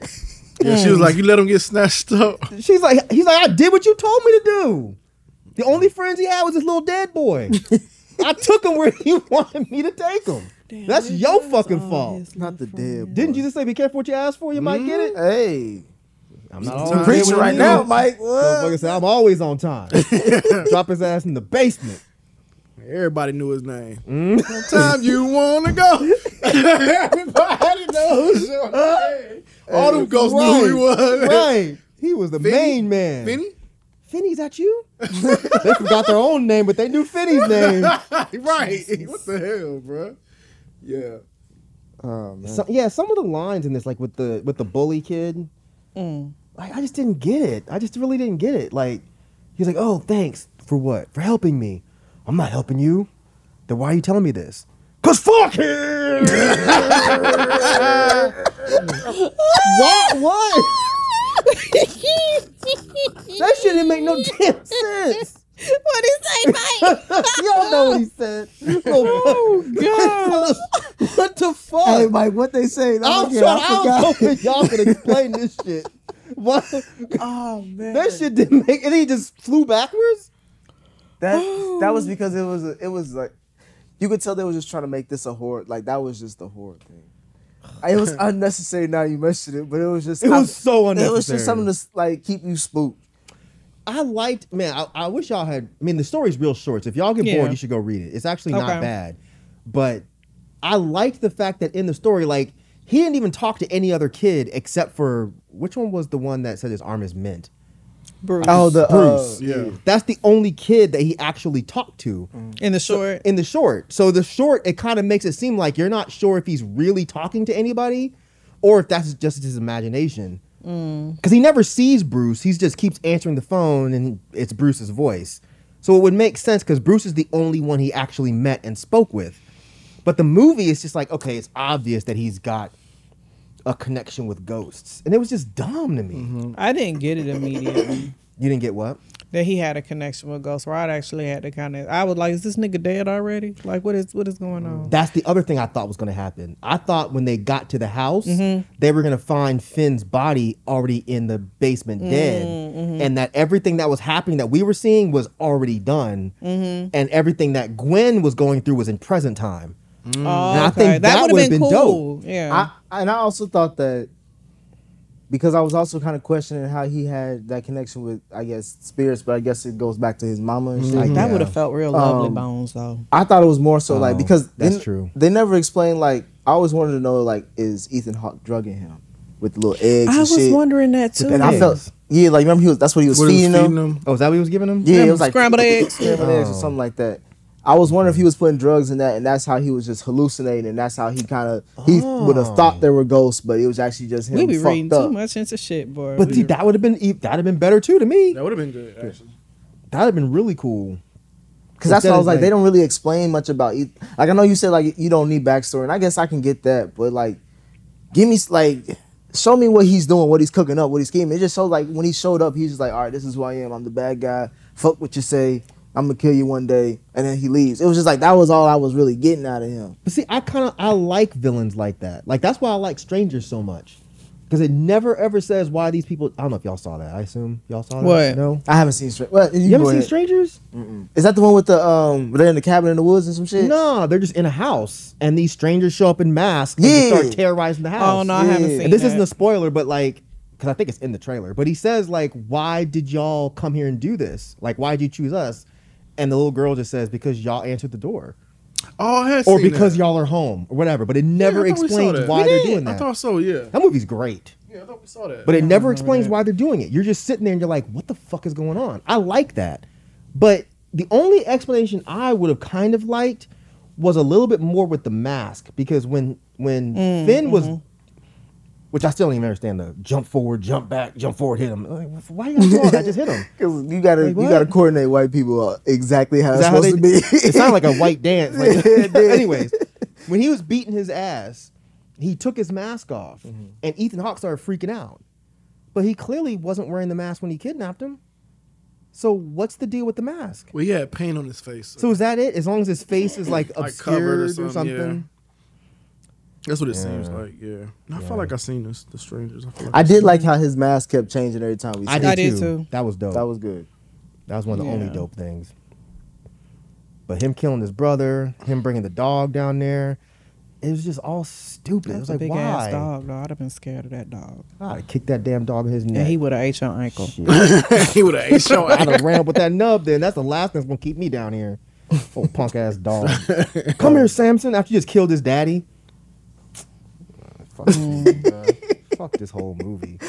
D: Yeah, she was like, "You let him get snatched up."
E: She's like, "He's like, I did what you told me to do. The only friends he had was this little dead boy. I took him where he wanted me to take him. That's your fucking fault.
B: not the dead.
E: Didn't Jesus say, "Be careful what you ask for. You might get it."
B: Hey,
E: I'm not
D: You
E: always
D: preaching
E: there when
B: right
E: you
B: now,
E: need.
B: Mike. What?
E: Motherfucker said, I'm always on time. Drop his ass in the basement.
D: Everybody knew his name.
E: Mm-hmm.
D: What time you wanna go? Everybody knows your name. All them ghosts knew who he was.
E: Right. He was the
D: Finny?
E: main man.
D: Finny?
E: Finny's at you? they forgot their own name, but they knew Finny's name.
D: Right. What the hell, bro? Yeah.
B: Oh, man.
E: So, yeah, some of the lines in this, like with the with the bully kid, like I just didn't get it. I just really didn't get it. Like he's like, "Oh, thanks for what? For helping me? I'm not helping you. Then why are you telling me this? Cause fuck him. what? What? that shit didn't make no damn sense.
C: what is that?
E: Y'all know what he said. Oh, God. what the fuck?
G: Hey, Mike, what they say?
E: I'm
G: like, yeah,
E: trying,
G: I
E: I
G: forgot.
E: was hoping y'all could explain this shit. What?
C: Oh man,
E: That shit didn't make and he just flew backwards?
G: That that was because it was a, it was like you could tell they were just trying to make this a horror. Like that was just a horror thing.
B: it was unnecessary. Now you mentioned it, but it was just.
E: It was so
G: It
E: unnecessary.
G: was just something to like keep you spooked.
E: I liked man, I, I wish y'all had I mean the story's real short. So if y'all get
C: Yeah.
E: bored, you should go read it. It's actually
C: Okay.
E: not bad. But I liked the fact that in the story, like he didn't even talk to any other kid except for which one was the one that said his arm is mint?
C: Bruce.
B: Oh, the
E: Bruce.
B: Uh,
D: Yeah.
E: That's the only kid that he actually talked to
C: in the short.
E: in the short. So the short, it kind of makes it seem like you're not sure if he's really talking to anybody or if that's just his imagination. Because he never sees Bruce. He just keeps answering the phone and it's Bruce's voice. So it would make sense because Bruce is the only one he actually met and spoke with. But the movie is just like, okay, it's obvious that he's got a
C: Mm-hmm. um,
E: connection with ghosts. And it was just dumb to me.
C: I didn't get it immediately.
E: You didn't get what?
C: that he had a connection with Ghost. Where I actually had to kind of, I was like, is this nigga dead already? Like, what is what is going on?
E: That's the other thing I thought was going to happen. I thought when they got to the house,
B: Mm-hmm.
E: they were going to find Finn's body already in the
B: Mm,
E: basement dead,
B: mm-hmm.
E: and that everything that was happening that we were seeing was already done,
B: Mm-hmm.
E: and everything that Gwen was going through was in present time.
B: Mm.
C: Oh,
E: And I think that
C: would've
E: would've been
C: Yeah.
B: I, and I also thought that because I was also kind of questioning how he had that connection with, I guess, spirits, but I guess it goes back to his mama and shit like
C: Mm-hmm. that
B: that.
C: would have felt real lovely
E: Um,
C: bones though.
B: I thought it was more so like
E: Oh,
B: because they-
E: that's true.
B: They never explained like I always wanted to know like is Ethan Hawke drugging him with little eggs?
C: I
B: and
C: was
B: shit.
C: wondering that too.
B: and I felt yeah, like remember he was that's what he was
D: What he was
B: feeding,
D: feeding
B: them.
D: them.
E: Oh, is that what he was giving him?
B: Yeah,
C: Them
B: it was like
C: scrambled eggs.
B: scrambled eggs
E: Oh.
B: or something like that. I was wondering if he was putting drugs in that, and that's how he was just hallucinating, and that's how he kind of he would
E: Oh.
B: have thought there were ghosts, but it was actually just him
C: we be
B: fucked
C: reading
B: up.
C: too much into shit, boy.
E: But
C: We
E: see,
C: be-
E: that would have been e- that'd have been better too to me.
D: That would have been good, actually.
E: That'd have been really cool.
B: Because that's
E: Instead
B: what
E: of,
B: I was like,
E: like-
B: They don't really explain much about you. Like I know you said like you don't need backstory, and I guess I can get that, but like, give me like, show me what he's doing, what he's cooking up, what he's scheming. It just shows like when he showed up, he's just like, all right, this is who I am. I'm the bad guy. Fuck what you say. I'm gonna kill you one day, and then he leaves. It was just like that was all I was really getting out of him.
E: But see, I kind of I like villains like that. Like that's why I like Strangers so much, because it never ever says why these people. I don't know if y'all saw that. I assume y'all saw that.
C: What?
E: No.
B: I haven't seen Str- well, you,
E: You
B: go
E: haven't seen
B: ahead.
E: Strangers?
B: Is that the one with the um? Were they in the cabin in the woods and some
D: Mm.
B: shit?
E: No, they're just in a house, and these strangers show up in masks and just
B: Yeah.
E: start terrorizing the house.
C: oh no, I haven't
B: Yeah.
C: seen.
E: And this
C: that.
E: isn't a spoiler, but like, because I think it's in the trailer. But he says like, "Why did y'all come here and do this? Like, why did you choose us?" And the little girl just says, "Because y'all answered the door,
D: Oh, I had
E: or
D: seen
E: because
D: that.
E: y'all are home, or whatever." But it
D: Yeah, I
E: never
D: thought we saw
E: explains
D: that.
E: why
D: We
E: they're
D: did.
E: doing that.
D: I thought so, yeah.
E: that movie's great.
D: Yeah, I thought we saw that.
E: but it never explains why they're doing it. You're just sitting there and you're like, what the fuck is going on? I like that. But the only explanation I would have kind of liked was a little bit more with the mask because when when Finn was which I still don't even understand the jump forward, jump back, jump forward, hit him. Like, why y'all do all that? Just hit him.
B: Cause you gotta
E: Like,
B: you
E: what?
B: gotta coordinate white people out exactly how
E: Is
B: it's
E: that how
B: supposed
E: they-
B: to be.
E: it sounded like a white dance. Like,
B: Yeah, it did.
E: anyways, when he was beating his ass, he took his mask off,
B: Mm-hmm.
E: and Ethan Hawke started freaking out. But he clearly wasn't wearing the mask when he kidnapped him. So what's the deal with the mask?
D: Well, he had paint on his face.
E: So is that it? As long as his face is like
D: Like
E: obscured
D: covered or
E: or something.
D: something, that's what it seems like, yeah. I feel like I seen this, The Strangers. I, feel like
B: I did like how his mask kept changing every time we.
E: I
B: said
E: did,
C: I did
E: too.
C: too.
E: That was dope.
B: That was good.
E: That was one of the only
C: Yeah.
E: dope things. But him killing his brother, him bringing the dog down there, it was just all stupid.
C: That
E: It was
C: was a
E: like,
C: big
E: why?
C: ass dog. Though. I'd have been scared of that dog.
E: I'd kick that damn dog in his neck.
C: And he would have ate your ankle.
D: he would have ate your
E: I'd have ran up with that nub then. That's the last thing that's gonna keep me down here. Oh punk ass dog. Come here, Samson, after you just killed his daddy. Fuck, this movie, bro. Fuck this whole movie.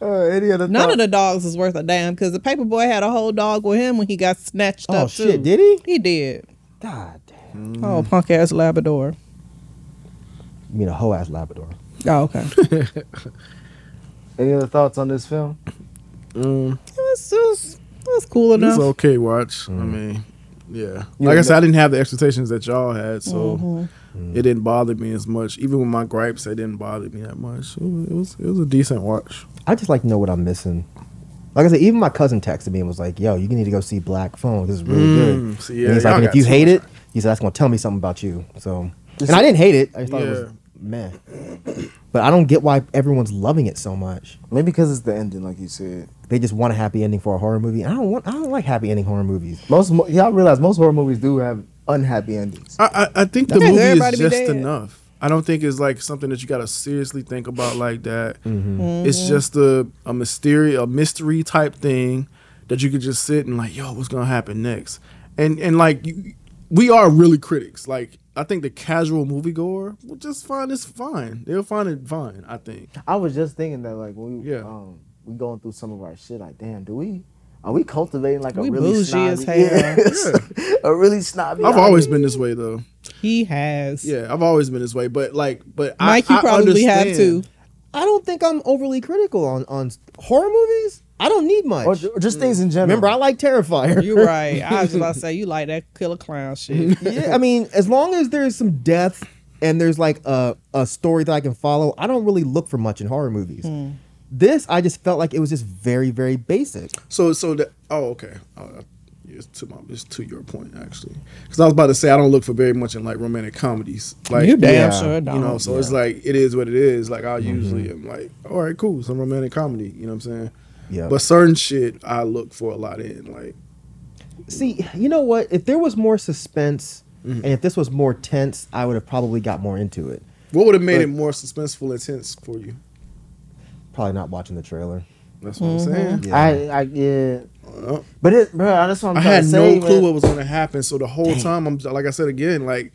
B: Uh, any other
C: None
B: thought-
C: of the dogs is worth a damn because the paper boy had a whole dog with him when he got snatched
E: Oh
C: up.
E: shit,
C: too.
E: did he?
C: He did.
E: God damn.
C: Oh, punk ass Labrador.
E: You mean a hoe ass Labrador.
C: Oh, okay. it
B: Any other thoughts on this film?
C: was, it was, it was cool
D: It's
C: enough.
D: okay watch. I mean, yeah. Like I said, I Mm-hmm. didn't have the expectations that y'all had, so it didn't bother me as much. Even with my gripes, they didn't bother me that much. It was it was, it was a decent watch.
E: I just like to know what I'm missing. Like I said, even my cousin texted me and was like, "Yo, you need to go see Black Phone. This is really
D: Mm,
E: good."
D: see,
E: And
D: yeah,
E: he's
D: y'all
E: like, "And "If
D: got
E: you
D: too
E: hate
D: much."
E: it, he's like, that's gonna tell me something about you." So, and I didn't hate it. I just thought it was meh. But I don't get why everyone's loving it so much.
B: Maybe because it's the ending, like you said.
E: they just want a happy ending for a horror movie. I don't want. I don't like happy ending horror movies.
B: Most mo- y'all realize most horror movies do have unhappy endings.
D: I, I, I think the
C: Yeah,
D: movie
C: everybody
D: is
C: be
D: just
C: dead.
D: enough. I don't think it's like something that you gotta seriously think about like that.
C: Mm-hmm.
D: It's just a a mystery a mystery type thing that you could just sit and like, yo, what's gonna happen next? And and like you, we are really critics. Like I think the casual moviegoer will just find this fine. They'll find it fine. I think.
B: I was just thinking that, like, when we
D: Yeah.
B: um, we going through some of our shit. Like, damn, do we are we cultivating like
C: We
B: a really
C: bougie
B: snobby,
C: as hell.
B: Yeah, a really snobby?
D: I've always been this way though.
C: He has.
D: Yeah, I've always been this way. But like, but I-
C: Mike, you
D: I
C: probably have
D: understand.
C: too.
E: I don't think I'm overly critical on on horror movies. I don't need much.
B: or, or just things in general.
E: Remember, I like Terrifier.
C: You're right. I was about to say you like that killer clown shit.
E: yeah, I mean, as long as there's some
D: Hmm.
E: death and there's like a a story that I can follow, I don't really look for much in horror movies. This I just felt like it was just very very basic.
D: So so that oh okay. Uh, yeah, it's to my it's to your point actually, because I was about to say I don't look for very much in like romantic comedies. Like
C: you damn
E: yeah, Mm-hmm.
C: sure
E: you
D: you
C: don't.
D: know, so it's like it is what it is. Like I usually am like, all right, cool, some romantic comedy. You know what I'm saying?
E: Yeah.
D: But certain shit I look for a lot in. Like
E: See, you know what? If there was more suspense and if this was more tense, I would have probably got more into it.
D: what would have made it
E: But-
D: more suspenseful and tense for you?
E: Probably not watching the trailer.
D: That's what
C: Mm-hmm.
D: I'm saying.
B: I, I yeah.
D: Uh,
B: But it, bro, that's what I'm
D: I
B: trying
D: had
B: to
D: no
B: say.
D: clue
B: man.
D: what was going to happen. So the whole time, I'm like I said again, like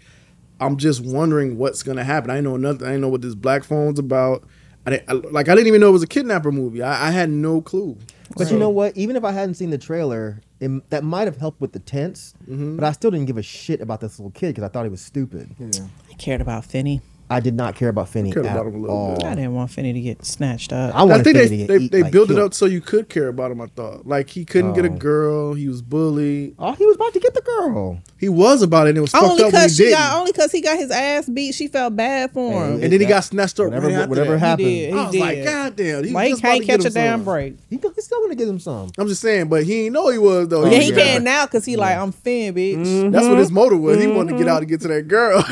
D: I'm just wondering what's going to happen. I didn't know nothing. I didn't know what this black phone's about. I didn't I, like. I didn't even know it was a kidnapper movie. I, I had no clue.
E: But you know what? Even if I hadn't seen the trailer, it, that might have helped with the tense. But I still didn't give a shit about this little kid because I thought he was stupid.
C: I cared about Finney.
E: I did not care about Finney
D: cared
E: at
D: about him a little
E: all.
D: bit.
C: I didn't want Finney to get snatched up.
E: I,
D: I
E: wanted
D: think
E: Finney
D: they
E: to get
D: they,
E: eat,
D: they
E: like, Oh.
D: built it
E: killed.
D: up so you could care about him. I thought like he couldn't get a girl. He was bullied.
E: Oh, he was about to get the girl.
D: He was about it. and It was fucked
C: only
D: up when he
C: because she
D: did.
C: got only because he got his ass beat. She felt bad for him.
D: And then he got snatched up.
E: Whatever,
D: right after
E: whatever
D: that.
E: happened,
C: did.
D: I was
C: He
D: like,
C: did.
D: God damn. He was
C: Why he
D: just about
C: can't
D: to
C: catch
D: get
C: a
D: him
C: damn
D: some.
C: break?
E: he, go- he's still going to give him some.
D: I'm just saying, but he ain't know he was though.
C: yeah, he Mm-hmm.
D: was-
C: can now because he like I'm Finn, bitch.
D: That's what his motive was. He wanted to get out and get to that girl.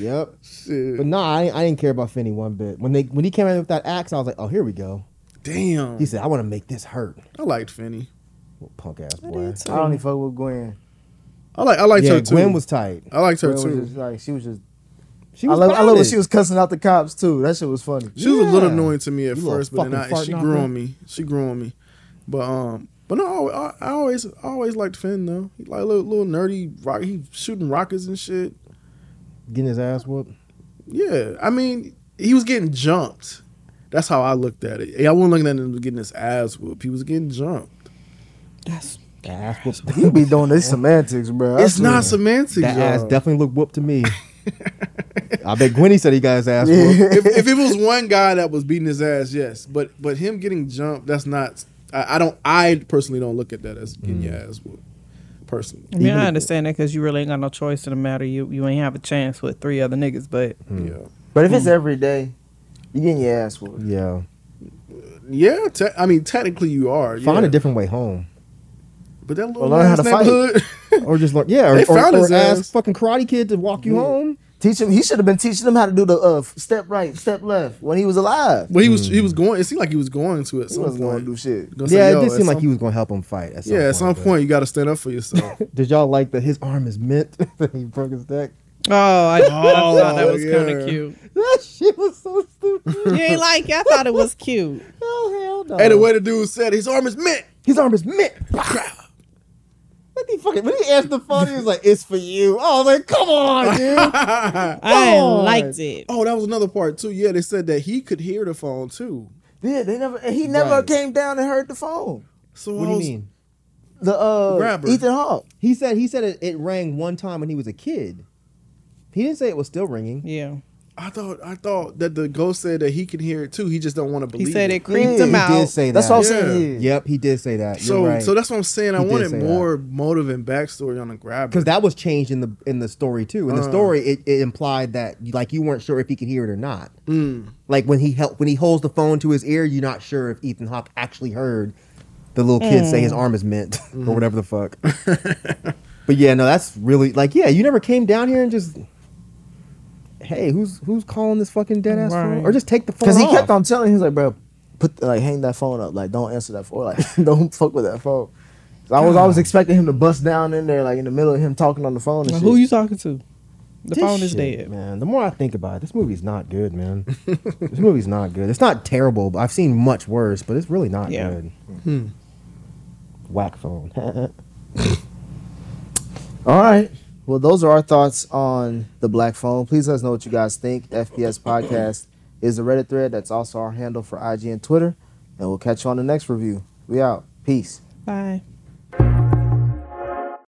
E: Yep.
D: Shit.
E: But nah, I, I didn't care about Finney one bit. When they when he came out with that axe, I was like, oh, here we go.
D: Damn.
E: He said, I want to make this hurt.
D: I liked Finney.
E: Little punk ass boy.
B: I don't even fuck with Gwen.
D: I like I liked
E: Yeah,
D: her too. Oh,
E: Gwen was tight.
D: I liked her
B: Gwen was
D: too.
B: just like she was just.
E: She
B: I
E: was
B: love, I love when
E: honest.
B: she was cussing out the cops too. That shit was funny.
D: She was a little
E: Yeah.
D: annoying to me at
E: You little
D: first, but then
E: fucking
D: I,
E: fart
D: she
E: knocker.
D: grew on me. She grew on me. But um but no, I, I- I always I always liked Finn though. He like a little, little nerdy rock he shooting rockets and shit.
E: getting his ass whooped.
D: Yeah. I mean, he was getting jumped. That's how I looked at it. I wasn't looking at him getting his ass whooped. He was getting jumped.
C: That's
E: That ass whooped.
B: You be doing this semantics, bro. I
D: It's
B: swear.
D: not semantics.
E: that ass
D: y'all.
E: definitely looked whooped to me. I bet Gwenny said he got his ass whooped.
D: if, if it was one guy that was beating his ass, yes. But but him getting jumped, that's not. I, I don't. I personally don't look at that as
E: Mm.
D: getting your ass whooped. Personally,
C: I mean, I understand that because you really ain't got no choice in the matter. You you ain't have a chance with three other niggas, but
E: Mm.
D: yeah,
B: But if it's every day, you getting your ass whooped.
E: Yeah.
D: yeah. Te- I mean, technically you are.
E: Find
D: yeah.
E: a different way home.
D: But that little
B: Or learn how
D: ass
B: to fight.
D: neighborhood.
E: Or just like, yeah, or,
D: They
E: or,
D: found
E: or
D: his
E: ask
D: ass.
E: fucking karate kid to walk you home.
B: Teach him. He should have been teaching them how to do the uh, step right, step left when he was alive.
D: well, he was
E: Mm.
D: he was going. It seemed like he was going to at
B: He
D: some
B: wasn't going to
D: point.
B: do shit.
D: Gonna say,
E: Yeah,
D: "Yo,
E: it did
D: at
E: seem like
D: some-
E: he was gonna help him fight. At some
D: Yeah,
E: point,
D: at some
E: but-
D: point you got to stand up for yourself.
E: Did y'all like that his arm is mint? that he broke his neck.
C: oh, I, I thought that was kind
D: yeah.
C: of cute.
E: That shit was so stupid.
C: You ain't like it. I thought it was cute.
E: Hell, hell no.
D: and the way the dude said his arm is mint.
E: his arm is mint. What the fucking? When he answered the phone, he was like, "It's for you." Oh, I was like, come on, dude.
C: I
E: God.
C: liked it.
D: Oh, that was another part too. Yeah, they said that he could hear the phone too.
B: Yeah, they never. and He never
E: Right.
B: came down and heard the phone.
D: So
E: what
D: I
E: do you
D: was-
E: mean?
B: The uh,
D: Grabber.
B: Ethan Hawke.
E: He said he said it, it rang one time when he was a kid. He didn't say it was still ringing.
C: Yeah,
D: I thought I thought that the ghost said that he can hear it too. He just don't want to
C: he
D: believe.
C: said it creeped
B: Yeah,
C: him
B: he
C: out.
E: He did say
B: That's
E: that.
B: what I'm
D: Yeah.
B: saying. Yeah.
E: Yep, he did say that.
D: So so that's what I'm saying. I
E: He did
D: wanted
E: say that.
D: more motive and backstory on the grabber.
E: because that was changed in the in the story too. In the story, it, it implied that like you weren't sure if he could hear it or not. Like when he help when he holds the phone to his ear, you're not sure if Ethan Hawke actually heard the little kid say
B: Eh.
E: his arm is mint or whatever the fuck. but yeah, no, that's really like yeah, you never came down here and just. Hey, who's who's calling this fucking dead ass phone?
C: Right.
E: Or just take the phone
B: Because he
E: off.
B: kept on telling, he was like, bro, put like hang that phone up, like don't answer that phone, like don't fuck with that phone. So I was always expecting him to bust down in there, like in the middle of him talking on the phone and
C: Like,
B: shit.
C: who you talking to? The
E: This
C: phone is
E: shit,
C: dead.
E: man. The more I think about it, this movie's not good, man. this movie's not good. It's not terrible, but I've seen much worse. But it's really not
C: Yeah.
E: good. Whack phone.
B: All right. Well, those are our thoughts on the black phone. Please let us know what you guys think. FPS Podcast is a Reddit thread. That's also our handle for IG and Twitter. And we'll catch you on the next review. We out. Peace.
C: Bye.